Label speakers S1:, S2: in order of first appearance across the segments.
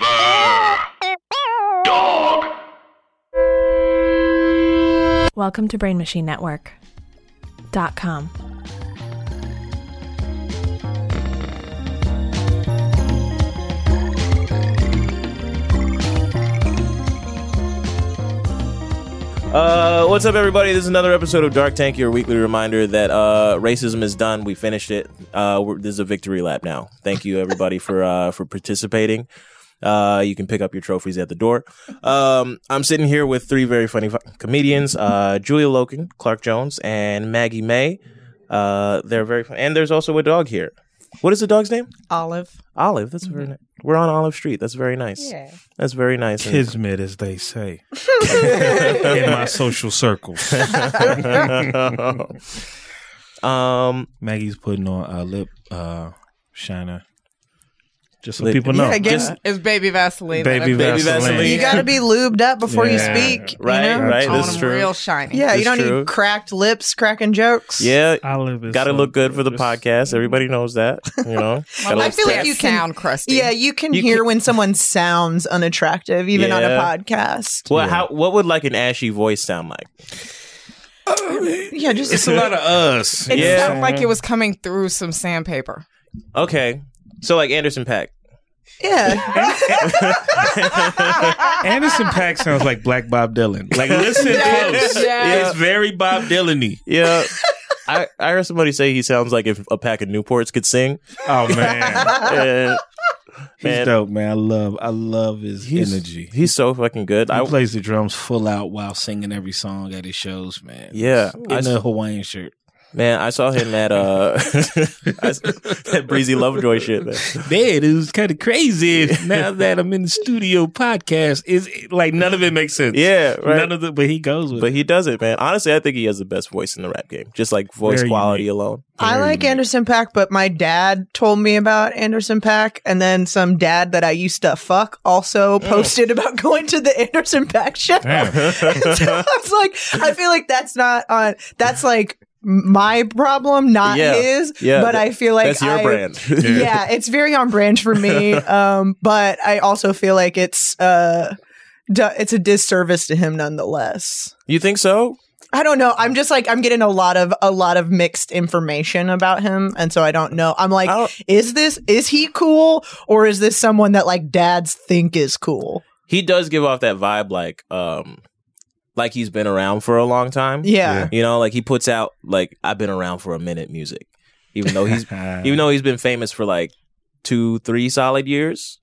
S1: Forever. Dog.
S2: Welcome to Brain Machine Network. Dot com.
S3: Uh, what's up, everybody? This is another episode of Dark Tank, your weekly reminder that uh, racism is done. We finished it. Uh, we're, this is a victory lap now. Thank you, everybody, for uh, for participating. Uh, you can pick up your trophies at the door. Um, I'm sitting here with three very funny fu- comedians: uh, Julia Loken, Clark Jones, and Maggie May. Uh, they're very fun, and there's also a dog here. What is the dog's name?
S4: Olive.
S3: Olive. That's very. Ni- we're on Olive Street. That's very nice.
S4: Yeah.
S3: That's very nice. And-
S5: kismet, as they say, in my social circles.
S3: um,
S5: Maggie's putting on a lip uh, shiner, just so
S3: Lip-
S5: people know.
S4: yeah, get-
S3: just-
S4: it's baby Vaseline. that
S5: baby,
S4: I-
S3: Baby Vaseline.
S4: You got to be lubed up before
S5: Yeah.
S4: you speak.
S3: Right,
S4: you know?
S3: right,
S4: On
S3: this is
S4: them
S3: true.
S4: real shiny.
S3: Yeah,
S4: Yeah,
S3: you
S4: you
S3: This
S4: don't
S3: don't need true.
S4: need cracked lips, cracking jokes.
S3: yeah,
S5: Olive is
S3: Got to
S5: so
S3: look good for the
S5: just- mm-hmm.
S3: podcast. Everybody knows that, you know. Gotta
S4: I
S3: look
S4: feel like
S3: fresh.
S4: you can sound crusty.
S6: Yeah, you can
S3: You
S6: hear
S3: can-
S6: when someone sounds unattractive, even on
S3: Yeah.
S6: a podcast.
S3: Well, how what would like an ashy voice sound like?
S6: Yeah, just
S5: It's a lot of us.
S4: It
S5: you know
S3: Yeah.
S5: what I'm
S4: sounded like
S5: saying?
S4: it was coming through some sandpaper.
S3: Okay, so like Anderson Pack.
S6: yeah.
S5: Anderson Pack sounds like Black Bob Dylan. Like, listen
S4: Yes,
S5: close.
S4: yes.
S5: It's very Bob Dylan-y.
S3: Yeah, I I heard somebody say he sounds like if a pack of Newports could sing.
S5: Oh man,
S4: Ah.
S3: Uh,
S5: he's
S3: Man.
S5: dope, man. I love, I love his
S3: he's,
S5: energy. He
S3: He's so fucking good. I
S5: plays the drums full out while singing every song at his shows, man.
S3: Yeah. I
S5: in a Hawaiian shirt.
S3: man, I saw him at uh I s- that breezy Lovejoy shit. man.
S5: bed. It was kind of crazy. now that I'm in the studio podcast, is like none of it makes sense.
S3: Yeah, right.
S5: none of the. But he goes with.
S3: but he does it, man. Honestly, I think he has the best voice in the rap game. Just like voice
S5: Very
S3: quality
S5: unique.
S3: alone.
S6: I like
S3: Mm.
S6: Anderson Pack, but my dad told me about Anderson Pack, and then some dad that I used to fuck also
S3: Mm.
S6: posted about going to the Anderson Pack show. so I was like, I feel like that's not on. That's like my problem, not
S3: Yeah.
S6: his.
S3: Yeah,
S6: but I feel like
S3: That's your
S6: I-
S3: brand.
S6: yeah, it's very on brand for me. Um, but I also feel like it's uh, du- it's a disservice to him nonetheless.
S3: you think so?
S6: I don't know. I'm just like I'm getting a lot of a lot of mixed information about him, and so I don't know. I'm like,
S3: I don't-
S6: is this is he cool or is this someone that like dads think is cool?
S3: he does give off that vibe like um like he's been around for a long time.
S6: Yeah,
S3: You know, like he puts out like I've been around for a minute music. Even though he's even though he's been famous for like two, three solid years.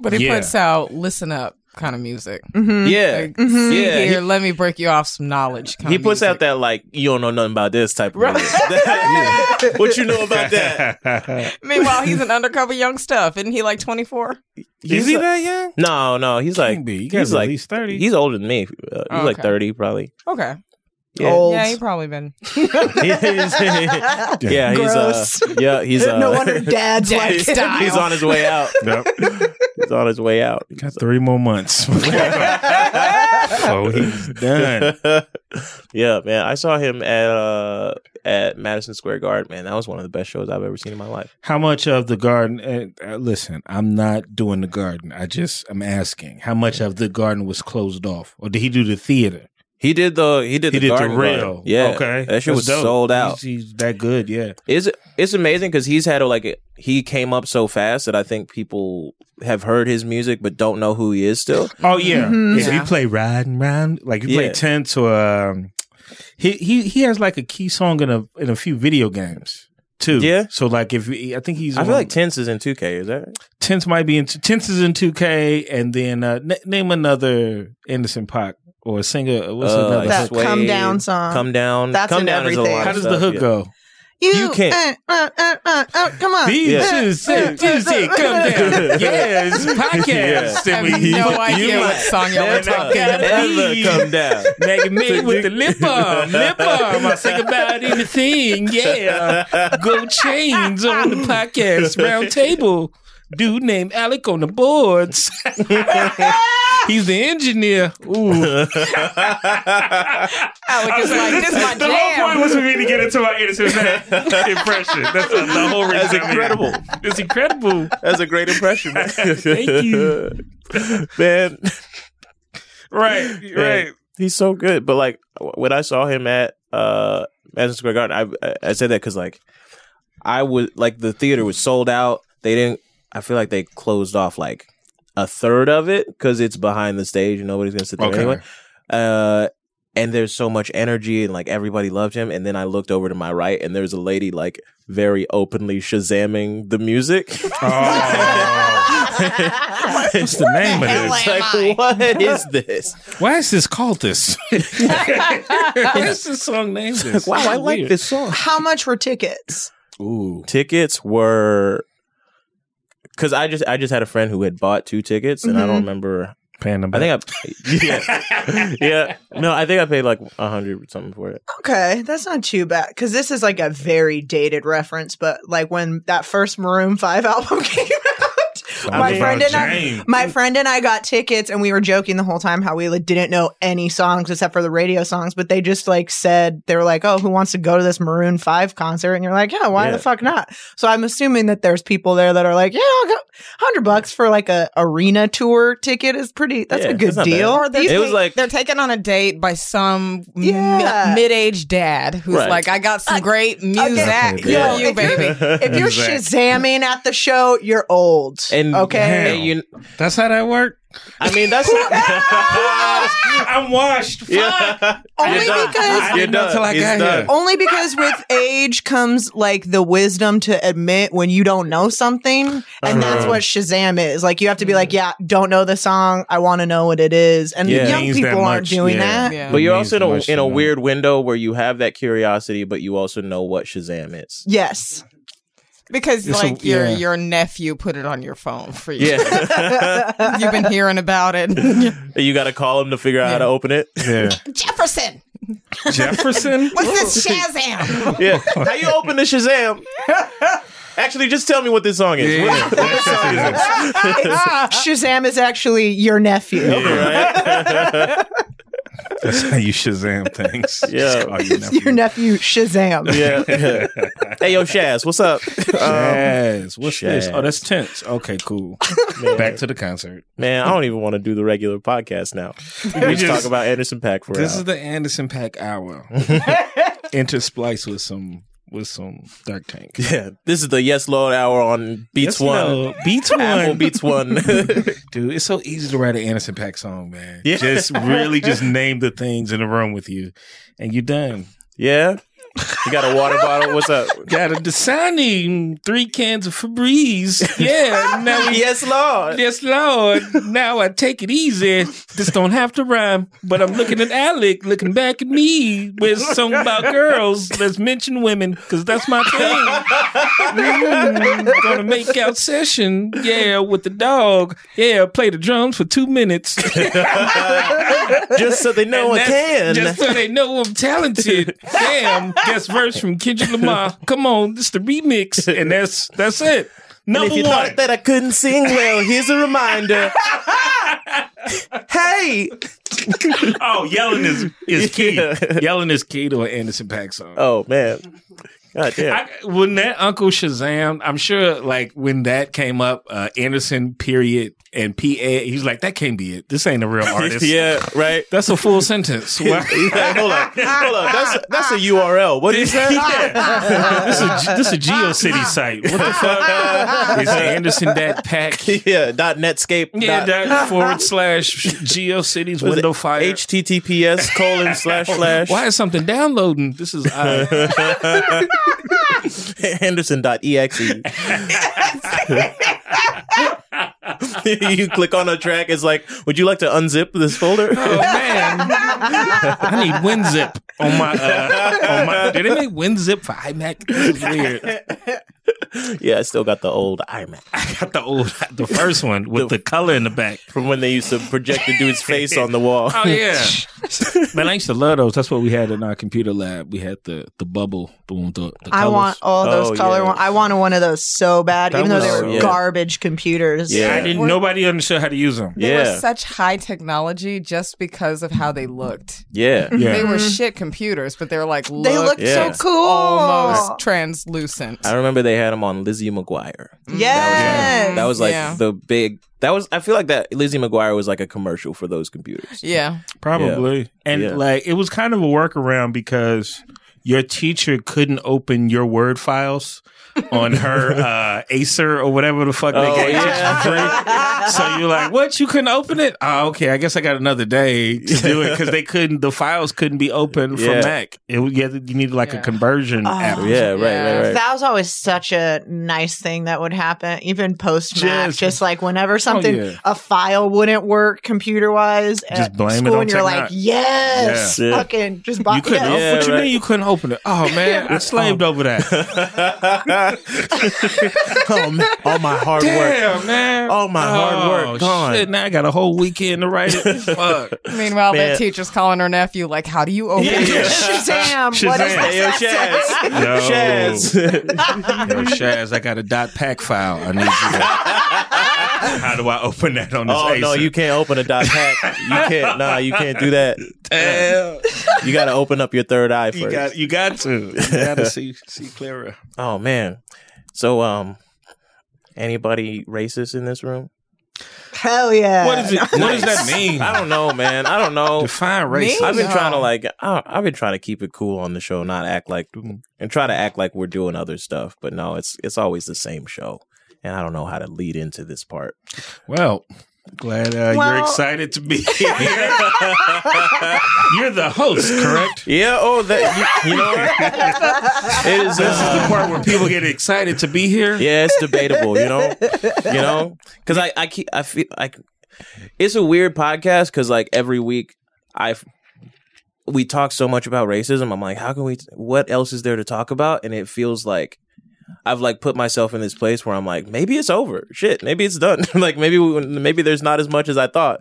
S4: But he
S5: Yeah.
S4: puts out listen up kind of music.
S6: Mhm.
S3: Yeah.
S4: Mm-hmm. Like, see
S3: Yeah,
S4: here, let me break you off some knowledge. Kind
S3: He
S4: of
S3: puts
S4: music.
S3: out that like you don't know nothing about this type of
S4: Right.
S3: music. what you know about that?
S4: Meanwhile, he's an undercover young stuff. Isn't he like 24?
S5: is he that young?
S3: No, no, he's like
S5: Can't be. You
S3: he's
S5: guys at
S3: like
S5: least thirty.
S3: he's older than me. Uh, he's
S4: Oh,
S3: like
S4: okay.
S3: 30 probably.
S4: Okay.
S3: Yeah.
S6: Old.
S4: Yeah, he probably been.
S3: yeah, he's uh,
S6: Gross.
S3: yeah, he's uh,
S6: no wonder dads like
S3: he's he's on his way out.
S5: Yep.
S3: He's on his way out.
S5: Got three more months. so he's done.
S3: yeah, man. I saw him at uh at Madison Square Garden, man. That was one of the best shows I've ever seen in my life.
S5: How much of the garden? Uh, uh, listen, I'm not doing the garden. I just I'm asking how much of the garden was closed off, or did he do the theater?
S3: He did the he did
S5: He
S3: the
S5: did
S3: Garden
S5: the rail.
S3: Garden. Yeah.
S5: Okay.
S3: That shit was
S5: That's dope.
S3: sold out.
S5: He's, he's that good. Yeah.
S3: Is it's amazing cuz he's had a, like a- he came up so fast that I think people have heard his music but don't know who he is still.
S5: Oh yeah. If
S4: Yeah.
S5: you play riding round, like you
S3: Yeah.
S5: play tense or um, he he he has like a key song in a in a few video games too.
S3: Yeah.
S5: So like if you- I think he's
S3: I feel
S5: on-
S3: like Tense is in 2K, is that? right?
S5: tense might be in tense is in two K, and then uh, n- name another Anderson Paak or a singer. What's
S3: Uh,
S5: another?
S3: like
S6: that
S5: hook?
S3: Sway,
S6: come down song.
S3: Come down.
S6: That's
S3: come
S6: in
S3: down is a
S6: everything.
S3: lot of
S5: How does the
S3: stuff,
S5: hook
S3: yeah.
S5: go?
S6: you,
S3: You can't.
S6: uh, uh, uh, uh, uh, come on.
S5: These
S3: Yeah.
S5: two sit, two sit, come down. Yeah, it's podcast.
S4: I have no idea what song y'all were
S3: Never
S4: talking
S5: Yeah.
S4: about.
S3: ever come down.
S5: Maggie May with the lip balm, lip balm. I sing about anything. Yeah, gold chains on the podcast round table. Dude named Alec on the boards. He's the engineer. Ooh.
S4: Alec is like, this is my
S7: the whole point
S4: jam.
S7: was for me to get into my innocent Man impression. That's the, the whole reason.
S3: That's
S7: I'm here.
S3: incredible.
S7: It's incredible.
S3: That's a great impression. Man.
S7: Thank you.
S3: man.
S7: Right,
S3: Man,
S7: right.
S3: He's so good. But like w- when I saw him at uh Madison Square Garden, I I- I said that because like I was like the theater was sold out. They didn't. I feel like they closed off like a third of it because it's behind the stage and nobody's gonna sit there
S5: Okay.
S3: anyway. Uh, and there's so much energy and like everybody loved him. And then I looked over to my right and there's a lady like very openly shazamming the music.
S7: Oh.
S5: What's the name of
S4: hell
S3: It's
S5: this?
S4: am I?
S3: like, what is this?
S5: Why is this called this? Why is this song named this?
S3: Wow, I like
S5: Weird.
S3: this song.
S6: How much were tickets?
S5: Ooh.
S3: tickets were because I just I just had a friend who had bought two tickets and I don't
S6: Mhm.
S3: remember.
S5: Panda.
S3: I think I yeah yeah no I think I paid like a hundred something for it.
S6: Okay, that's not too bad because this is like a very dated reference. But like when that first Maroon Five album came out,
S5: I
S6: my
S5: mean,
S6: friend and I,
S7: Jane.
S6: my friend and I got tickets, and we were joking the whole time how we like, didn't know any songs except for the radio songs. But they just like said they were like, "Oh, who wants to go to this Maroon Five concert?" And you're like, "Yeah, why
S3: Yeah.
S6: the fuck not?" So I'm assuming that there's people there that are like, "Yeah, I'll go." Hundred bucks for like a arena tour ticket is pretty. That's
S3: Yeah,
S6: a good
S3: that's not bad.
S6: deal.
S4: Or they're
S3: It was
S4: take-
S3: like-
S4: they're taken on a date by some
S6: Yeah.
S4: mi- mid-aged dad who's
S3: Right.
S4: like, "I got some great music for
S3: Yeah.
S4: you,
S6: If you're-
S4: baby."
S6: If you're shazamming at the show, you're old.
S3: And
S6: okay.
S3: and you
S5: That's how that worked.
S3: I mean that's not
S7: Ah, I'm washed. Fuck.
S3: yeah
S6: Only
S3: You're done.
S6: because-
S5: I didn't know till I
S3: It's
S5: got
S3: done.
S5: here.
S6: Only because with age comes like the wisdom to admit when you don't know something, and that's what Shazam is. Like you have to be like, yeah, don't know the song, I want to know what it is, and
S3: Yeah.
S6: young
S5: Means that
S6: people aren't
S5: much,
S6: doing
S5: yeah.
S6: that.
S4: Yeah.
S3: But you're
S5: Means
S3: also in
S5: much
S3: a, in
S5: to
S3: a
S5: me.
S3: weird window where you have that curiosity, but you also know what Shazam is.
S6: Yes,
S4: Because
S5: It's a-
S4: like your
S5: yeah.
S4: your nephew put it on your phone for you.
S3: Yeah,
S4: You've been hearing about it.
S3: you got to call him to figure out how to open it.
S5: Yeah.
S4: Jefferson,
S5: Jefferson?
S4: what's this Shazam?
S3: Yeah,
S5: Oh,
S3: how you open the Shazam? Actually, just tell me what this song is. What-
S5: Yeah.
S3: what song is this?
S6: It's- Shazam is actually your nephew.
S5: That's how you Shazam things.
S3: Yeah.
S5: Just call your
S6: It's your nephew Shazam.
S3: Yeah. hey, yo, Shaz, what's up? Um,
S5: Jazz. What's this?
S3: Jazz.
S5: Oh, that's tense. Okay, cool. Back to the concert.
S3: man, I don't even want to do the regular podcast now. We just talk about Anderson Pack for
S5: This
S3: an
S5: is the Anderson Pack hour. Intersplice with some with some dark tank.
S3: hour. yeah, this is the Yes Lord hour on Beats
S5: Yes,
S3: One.
S5: no. Beats
S3: Apple
S5: one.
S3: Beats One.
S5: Dude, it's so easy to write an Anderson Pack song, man.
S3: Yeah.
S5: Just really just name the things in the room with you and you're done.
S3: yeah, you got a water bottle. What's up?
S5: Got a Dasani, three cans of Febreze. Yeah, now we
S3: yes, Lord.
S5: Yes, Lord. Now I take it easy. This don't have to rhyme, but I'm looking at Alec, looking back at me with something about girls. Let's mention women, because that's my thing. Mm, gonna make out session, yeah, with the dog. Yeah, play the drums for two minutes.
S3: Just so they know I
S5: That's
S3: can.
S5: Just so they know I'm talented. Damn, guest verse from Kendrick Lamar. Come on, this the remix, and that's that's it.
S3: And
S5: Number
S3: if you
S5: one.
S3: thought that I couldn't sing well, here's a reminder. hey.
S5: Oh, yelling is is key.
S3: Yeah.
S5: Yelling is key to an Anderson Pack song.
S3: Oh man. God damn.
S5: I, when that Uncle Shazam, I'm sure like when that came up, uh, Anderson period and PA, he's like, that can't be it. This ain't a real artist.
S3: yeah. Right.
S5: That's a full sentence. Why-
S3: He's like, hold on, hold on. That's that's a URL. What is that?
S5: Yeah. this is this is a GeoCity site. What the fuck? It's Anderson that pack.
S3: yeah. Dot Netscape.
S5: Yeah,
S3: dot-
S5: that forward slash
S3: was
S5: GeoCities
S3: it
S5: window fire.
S3: HTTPS colon slash slash
S5: Why is something downloading? This is odd.
S3: Anderson.exe. you click on a track. It's like, would you like to unzip this folder?
S5: Oh man, I need WinZip on my. Uh, on my. Did they make WinZip for iMac? This is weird.
S3: yeah, I still got the old iMac
S5: I got the old, the first one with the color in the back.
S3: from when they used to project the dude's face on the wall.
S5: Oh yeah, man! I used to love those. That's what we had in our computer lab. We had the the bubble, the one with the, the
S6: I
S5: colors.
S6: want all those
S3: Oh,
S6: color
S3: yeah.
S6: one. I wanted one of those so bad,
S5: That
S6: even though they
S5: was-
S6: were
S3: yeah.
S6: garbage computers.
S3: Yeah.
S5: I didn't. Nobody understood how to use them.
S4: They
S3: Yeah.
S4: were such high technology just because of how they looked.
S3: Yeah.
S4: They
S5: Yeah,
S4: were shit computers, but they were like look,
S6: They looked
S3: Yeah.
S6: so cool.
S4: almost translucent.
S3: I remember they had him on Lizzie McGuire.
S6: Yes.
S5: Mm,
S3: That was like
S4: Yeah.
S3: the big. That was. I feel like that Lizzie McGuire was like a commercial for those computers.
S4: yeah,
S5: probably. And
S3: Yeah.
S5: like, it was kind of a workaround because your teacher couldn't open your word files on her uh, Acer or whatever the fuck
S3: Oh,
S5: they gave
S3: yeah.
S5: you for free. So you're like, what? You couldn't open it? Oh, okay. I guess I got another day to do it because they couldn't. The files couldn't be opened
S3: Yeah.
S5: from Mac. It, would- you, had to- you needed like a
S4: Yeah.
S5: conversion
S6: Oh.
S5: app.
S3: Yeah. Right.
S4: Yeah.
S3: Right. Right.
S6: That was always such a nice thing that would happen, even post Mac.
S5: Just-
S6: Just like whenever something,
S5: Oh, yeah.
S6: a file wouldn't work computer wise
S5: Just
S6: at
S5: blame it
S6: school,
S5: on
S6: and you're like,
S5: technology.
S6: yes,
S3: Yeah.
S6: fucking just buy
S5: You couldn't.
S6: yes.
S5: open
S3: Yeah,
S5: what you
S3: right.
S5: mean you couldn't open it? Oh man, I slaved over that.
S3: oh, man, all my hard work.
S5: Damn, man.
S3: All my hard
S5: Oh,
S3: work gone.
S5: Shit, now I got a whole weekend to write it. Fuck.
S4: Meanwhile,
S3: Man.
S4: that teacher's calling her nephew, like, how do you open
S5: Yeah.
S4: this?
S6: Shazam, what is
S5: Shazam.
S6: this?
S3: Hey, yo, Shaz.
S5: Yo.
S3: Shaz.
S5: Yo, Shaz, I got a dot pack file. I need you. To, how do I open that on this?
S3: Oh no,
S5: Acer?
S3: you can't open a dot hack. You can't. Nah, you can't do that.
S5: Damn.
S3: You got to open up your third eye first.
S5: You got, you got to, you got to see, see clearer.
S3: oh man. So um, anybody racist in this room?
S6: Hell yeah.
S5: What is it? What does that mean?
S3: I don't know, man. I don't know.
S5: Define race.
S3: I've been
S4: No.
S3: trying to like I, I've been trying to keep it cool on the show, not act like and try to act like we're doing other stuff, but no, it's it's always the same show. And I don't know how to lead into this part.
S5: Well, glad uh,
S6: Well-
S5: you're excited to be here. you're the host, correct?
S3: Yeah, oh that you, you know what? It is
S5: This is the
S3: uh,
S5: part where people get excited to be here.
S3: Yeah, it's debatable, you know? You know? Cuz I I keep I feel like it's a weird podcast cuz like every week I we talk so much about racism. I'm like, how can we what else is there to talk about? And it feels like I've like put myself in this place where I'm like, maybe it's over. Shit, maybe it's done. like maybe we, maybe there's not as much as I thought.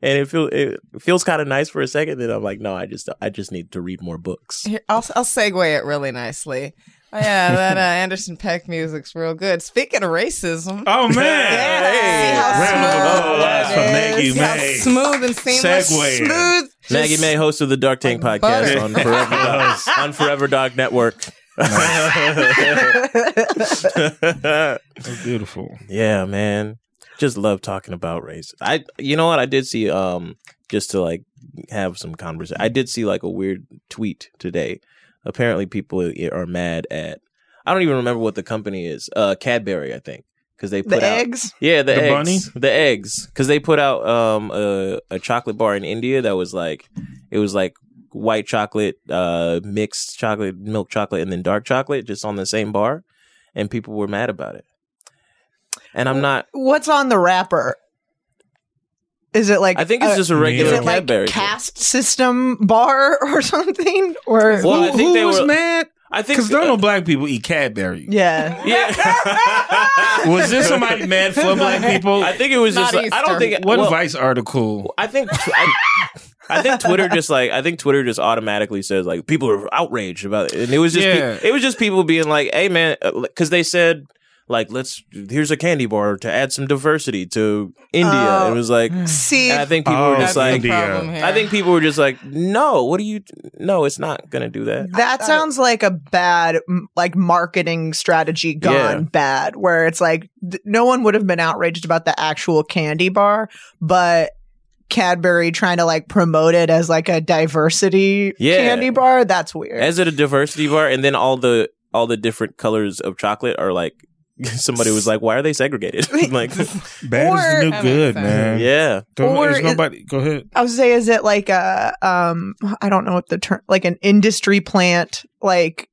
S3: And it feels it feels kind of nice for a second. Then I'm like, no, I just I just need to read more books.
S4: Here, I'll, I'll segue it really nicely. Oh, yeah, that uh, Anderson Peck music's real good. Speaking of racism,
S5: Oh man.
S4: yeah, see how
S5: round of
S4: smooth that
S5: applause for
S4: is,
S5: Maggie
S4: see how
S5: May.
S4: Smooth and seamless.
S5: Segue.
S4: Smooth.
S3: Maggie May, host of the Dark Tank
S4: Like
S3: podcast
S4: butter.
S3: on Forever Dog, on Forever Dog Network.
S5: That's beautiful.
S3: Yeah, man. Just love talking about race. I you know what I did see um just to like have some conversation. I did see like a weird tweet today. Apparently people i- are mad at I don't even remember what the company is. Uh Cadbury, I think, cuz they put
S6: The
S3: out
S6: eggs?
S3: Yeah, the,
S5: The
S3: eggs.
S5: bunny?
S3: The eggs cuz they put out um a, a chocolate bar in India that was like it was like white chocolate, uh mixed chocolate, milk chocolate and then dark chocolate just on the same bar and people were mad about it. And I'm not
S6: What's on the wrapper? Is it like
S3: I think it's
S6: a-
S3: just a regular
S6: Uh, is
S5: Yeah.
S6: it like
S3: Cadbury.
S6: caste system bar or something? Or
S3: Well, I
S5: who
S3: think
S5: who
S3: they
S5: was
S3: were-
S5: mad?
S3: I think uh,
S5: Because no black people eat Cadbury.
S6: yeah,
S3: yeah.
S5: Was this somebody mad for black people?
S3: I think it was just
S4: Not
S3: like, I don't
S4: Easter.
S3: think
S5: What
S3: well,
S5: Vice article?
S3: I think I, I think Twitter just like I think Twitter just automatically says like people are outraged about it, and it was just pe-
S5: Yeah.
S3: it was just people being like, "Hey man," because they said like, "Let's here's a candy bar to add some diversity to India."
S6: Oh.
S3: it was like, and
S6: see,
S3: I think people were
S5: Oh,
S3: just
S4: Mm. That's
S3: like,
S4: the
S5: India.
S4: problem here.
S3: I think people were just like, "No, what do you? No, it's not gonna do that."
S6: that sounds like a bad m- like marketing strategy gone
S3: Yeah.
S6: bad. Where it's like th- no one would have been outraged about the actual candy bar, but Cadbury trying to like promote it as like a diversity
S3: Yeah.
S6: candy bar. That's weird.
S3: As at a diversity bar, and then all the all the different colors of chocolate are like somebody was like, "Why are they segregated?" I'm like,
S5: Bad is
S6: Or-
S5: the new
S4: That makes sense.
S5: good, man.
S3: yeah,
S5: Don't,
S6: Or
S5: there's
S6: is-
S5: nobody. go ahead.
S6: I was gonna say, is it like a um I don't know what the term like an industry plant like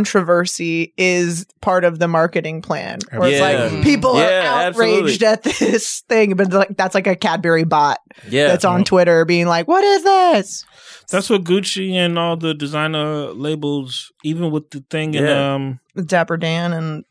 S6: controversy is part of the marketing plan where it's
S3: Yeah.
S6: like people
S3: Yeah,
S6: are outraged
S3: absolutely.
S6: at this thing but like that's like a Cadbury bot
S3: yeah,
S6: that's on Twitter being like what is this
S5: That's what Gucci and all the designer labels, even with the thing in
S3: Yeah.
S5: um
S6: Dapper Dan and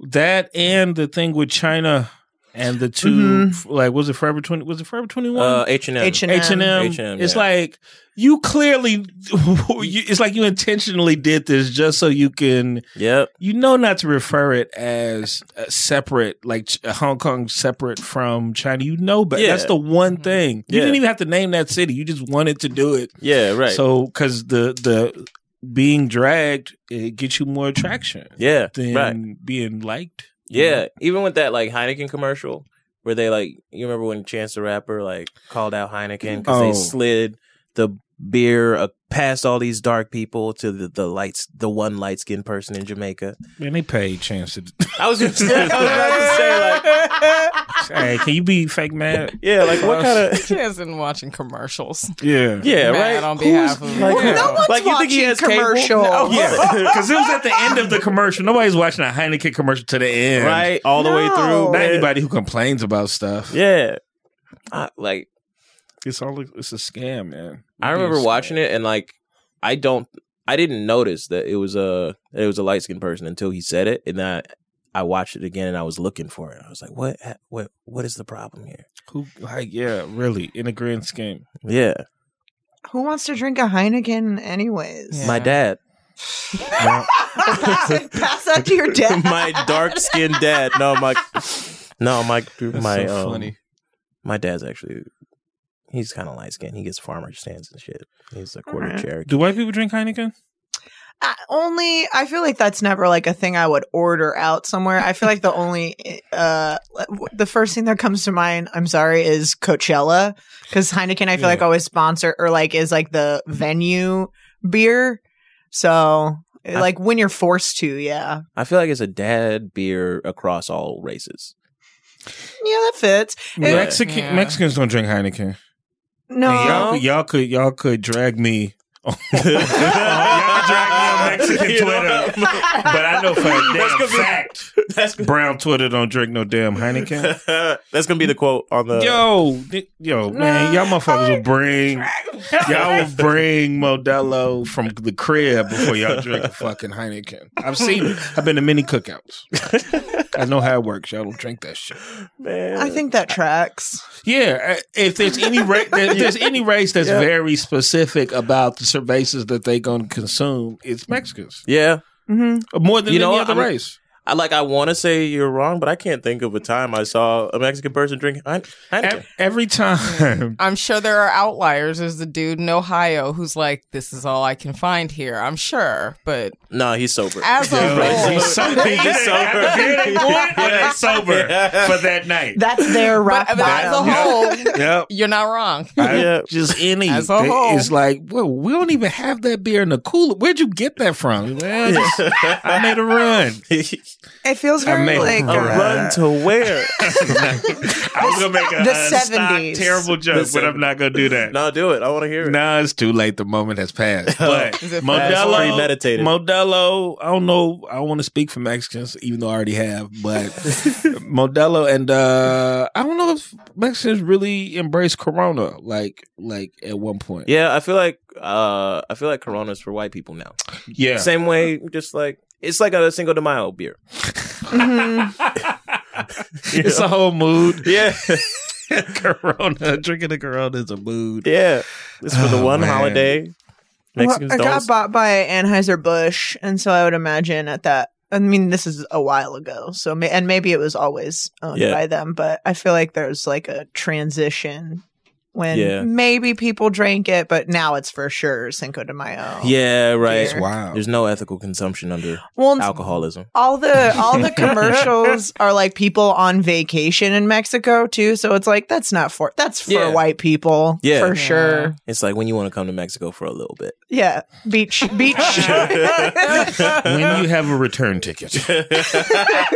S5: That and the thing with China and the 2 f- like was it Forever Twenty? Was it Forever Twenty One?
S3: Uh, H&M.
S6: H&M.
S5: Mm-hmm. H and M.
S3: H&M,
S5: It's
S3: yeah.
S5: like you clearly, you- it's like you intentionally did this just so you can,
S3: Yep.
S5: you know, not to refer it as a separate, like Ch- Hong Kong separate from China. You know, but
S3: Yeah.
S5: that's the one thing you
S3: Yeah.
S5: didn't even have to name that city. You just wanted to do it.
S3: Yeah, right.
S5: So because the the being dragged it gets you more attraction
S3: yeah,
S5: than
S3: right.
S5: being liked.
S3: Yeah, even with that like Heineken commercial where they like you remember when Chance the Rapper like called out Heineken because
S5: Oh.
S3: they slid the beer uh, past all these dark people to the, the lights the one light skinned person in Jamaica.
S5: man, they paid chance to.
S3: I was, gonna say, I was about to say like
S5: hey, can you be fake mad?
S3: yeah, like what kind of
S4: She has been watching commercials.
S5: Yeah,
S3: yeah
S4: Oh, Mad
S3: right
S4: on behalf of
S3: like,
S4: Well,
S6: No one's
S3: like you think he
S6: watching
S3: has
S6: commercial.
S3: commercial
S5: Yeah, because it was at the end of the commercial. Nobody's watching a Heineken commercial to the end,
S3: right all the way
S6: No.
S3: through.
S5: Not
S3: man.
S5: anybody who complains about stuff.
S3: Yeah, I, like
S5: It's all it's a scam, man.
S3: I remember watching it and like I don't I didn't notice that it was a that it was a light skinned person until he said it and then I, I watched it again and I was looking for it. I was like, what ha- what what is the problem here?
S5: Who, like, yeah, really, in a grand scheme.
S3: Yeah.
S6: Who wants to drink a Heineken anyways?
S4: Yeah.
S3: My dad.
S6: pass, it, pass that to your dad.
S3: my dark skinned dad. No, my No, my my um, my dad's actually he's kinda light skinned. He gets farmer stands and shit. He's a quarter
S6: Alright.
S3: Cherokee.
S5: Do white people drink Heineken?
S6: I, only I feel like that's never like a thing I would order out somewhere. I feel like the only uh w- the first thing that comes to mind, I'm sorry, is Coachella cuz Heineken I feel
S5: Yeah.
S6: like always sponsor or like is like the venue beer. So eh,
S3: I-
S6: like when you're forced to, yeah.
S3: I feel like it's a dad beer across all races.
S6: Yeah, that fits. Yeah.
S5: Mexican
S4: Yeah.
S5: Mexicans don't drink Heineken.
S6: No.
S5: And y'all, y'all could y'all could drag me. on- y'all could drag me on Mexican
S3: You know?
S5: Twitter, but I know for a
S3: That's gonna
S5: damn
S3: be-
S5: fact,
S3: That's
S5: brown Twitter don't drink no damn Heineken.
S3: That's gonna be the quote on the
S5: yo, thi- yo, man, y'all motherfuckers will bring y'all will bring Modelo from the crib before y'all drink a fucking Heineken. I've seen it. I've been to many cookouts. I know how it works. Y'all don't drink that shit.
S3: man.
S6: I think that tracks.
S5: Yeah, uh, if there's any ra- if there's any race that's
S3: Yeah.
S5: very specific about the cervezas that they gonna consume, it's Mexicans
S3: Yeah.
S6: Mhm.
S5: more than
S3: You
S5: any
S3: know,
S5: other
S3: I'm-
S5: race.
S3: I like. I want to say you're wrong, but I can't think of a time I saw a Mexican person drink Heine- Heineken.
S5: Ev- Every time,
S4: I'm sure there are outliers. There's the dude in Ohio who's like, "This is all I can find here." I'm sure, but
S3: No, he's sober.
S4: as a
S5: Yo,
S4: whole,
S5: he's sober.
S3: He's just sober.
S5: Yeah. sober for that night.
S6: That's their rock
S4: but, but as a
S6: bottom.
S4: whole,
S5: Yep.
S4: you're not wrong.
S5: I-
S3: Yeah.
S5: Just any.
S4: As a whole.
S5: It's like, well, we don't even have that beer in the cooler. Where'd you get that from? Well, just- I made a run.
S6: It feels
S5: I
S6: very
S5: made
S6: like
S5: a
S3: a
S6: uh,
S3: run to where?
S5: I was gonna make a,
S6: The
S5: a stock
S6: 70s.
S5: terrible joke,
S3: The
S5: but I'm not gonna do that. No,
S3: no, do it. I want to hear it.
S5: it's too late. The moment has passed. But
S4: Is it
S5: Modelo,
S3: fast? Premeditated.
S5: Modelo. I don't know. I don't want to speak for Mexicans, even though I already have. But Modelo and uh, I don't know if Mexicans really embrace Corona. Like, like at one point.
S3: Yeah, I feel like uh, I feel like Corona's for white people now.
S5: yeah.
S3: Same way, just like it's like a Cinco de Mayo beer.
S6: mm-hmm.
S5: It's a whole mood.
S3: Yeah,
S5: Corona, drinking a Corona is a mood.
S3: yeah. It's for the
S5: Oh,
S3: one
S5: man.
S3: holiday. Mexicans
S6: well, it got
S3: don't.
S6: bought by Anheuser Busch, and so I would imagine at that. I mean, this is a while ago, so may- and maybe it was always owned
S3: Yeah.
S6: by them, but I feel like there's like a transition when
S3: Yeah.
S6: maybe people drank it, but now it's for sure Cinco de Mayo.
S3: yeah, right.
S6: It's
S5: Wow.
S3: There's no ethical consumption under
S6: Well,
S3: alcoholism.
S6: all the all the commercials are like people on vacation in Mexico too, so it's like that's not for that's for
S3: Yeah.
S6: white people
S3: Yeah.
S6: for
S3: Yeah.
S6: sure.
S3: It's like when you want to come to Mexico for a little bit.
S6: Yeah, beach beach.
S5: when you have a return ticket.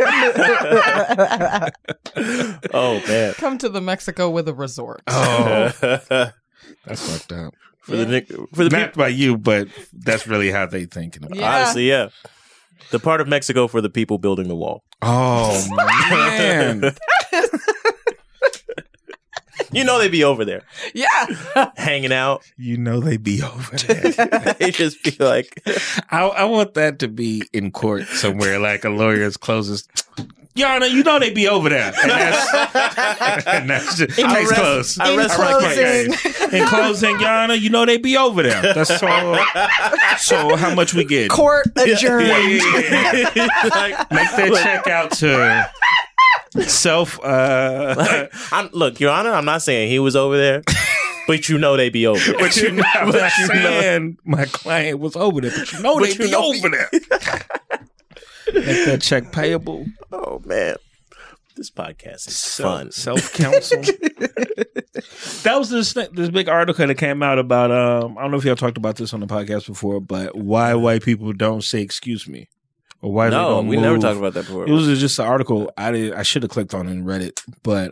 S3: oh man.
S4: Come to the Mexico with a resort.
S5: Oh,
S3: for
S5: that's fucked up.
S3: the Nick, for the
S5: Not
S3: people.
S5: by you, but that's really how they thinking about. it.
S4: Yeah.
S3: Honestly, yeah. The part of Mexico for the people building the wall.
S5: Oh man.
S3: You know they be over there
S4: Yeah.
S3: hanging out.
S5: You know they be over there.
S3: They just be like,
S5: I, I want that to be in court somewhere, like a lawyer's closes. Your Honor, you know they be over there. And that's, and that's just, case
S3: rest-
S5: closed.
S3: I rest my
S5: Alright,
S3: case.
S5: case. In closing, Your Honor, you know they be over there. That's so. So how much we get?
S6: Court adjourned.
S5: Yeah, yeah, yeah, yeah. Make that check out to self. Uh,
S3: I'm, look, Your Honor, I'm not saying he was over there, but you know they be over there.
S5: but you know, I'm not
S3: you know.
S5: saying my client was over there, but you know
S3: But
S5: they
S3: you
S5: be
S3: know-
S5: over there. Make that check payable.
S3: Oh man, this podcast is fun.
S5: Self counsel. that was this thing- this big article that came out about. Um, I don't know if y'all talked about this on the podcast before, but why white people don't say excuse me, or why they
S3: No,
S5: don't
S3: we never
S5: move.
S3: talked about that before.
S5: It was just an article I did, I should have clicked on and read it, but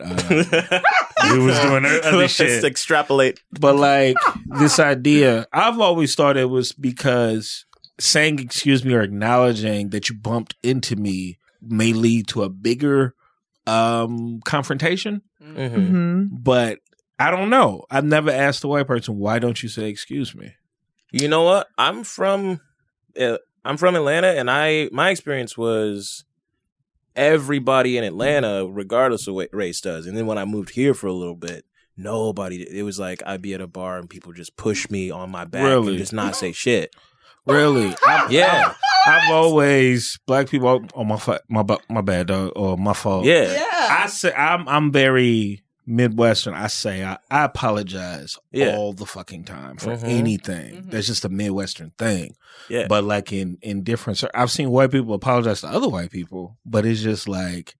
S5: uh, it was doing other
S3: Let's
S5: shit.
S3: extrapolate.
S5: But like this idea, I've always thought it was because saying excuse me or acknowledging that you bumped into me may lead to a bigger um confrontation.
S3: Mhm.
S6: hmm
S5: But I don't know. I've never asked a white person why don't you say excuse me.
S3: You know what? I'm from uh, I'm from Atlanta, and I my experience was everybody in Atlanta, regardless of what race, does. And then when I moved here for a little bit, nobody. It was like I'd be at a bar and people just push me on my back
S5: Really?
S3: and just not say shit.
S5: Really? I've,
S3: Yeah,
S5: I've always black people. Oh my fa- my bu- my bad dog. Or my fault.
S3: yeah,
S5: I say I'm I'm very Midwestern. I say I, I apologize
S3: Yeah.
S5: all the fucking time for
S3: Mhm.
S5: anything.
S4: Mhm.
S5: That's just a Midwestern thing.
S3: Yeah.
S5: But like in in different, cir- I've seen white people apologize to other white people, but it's just like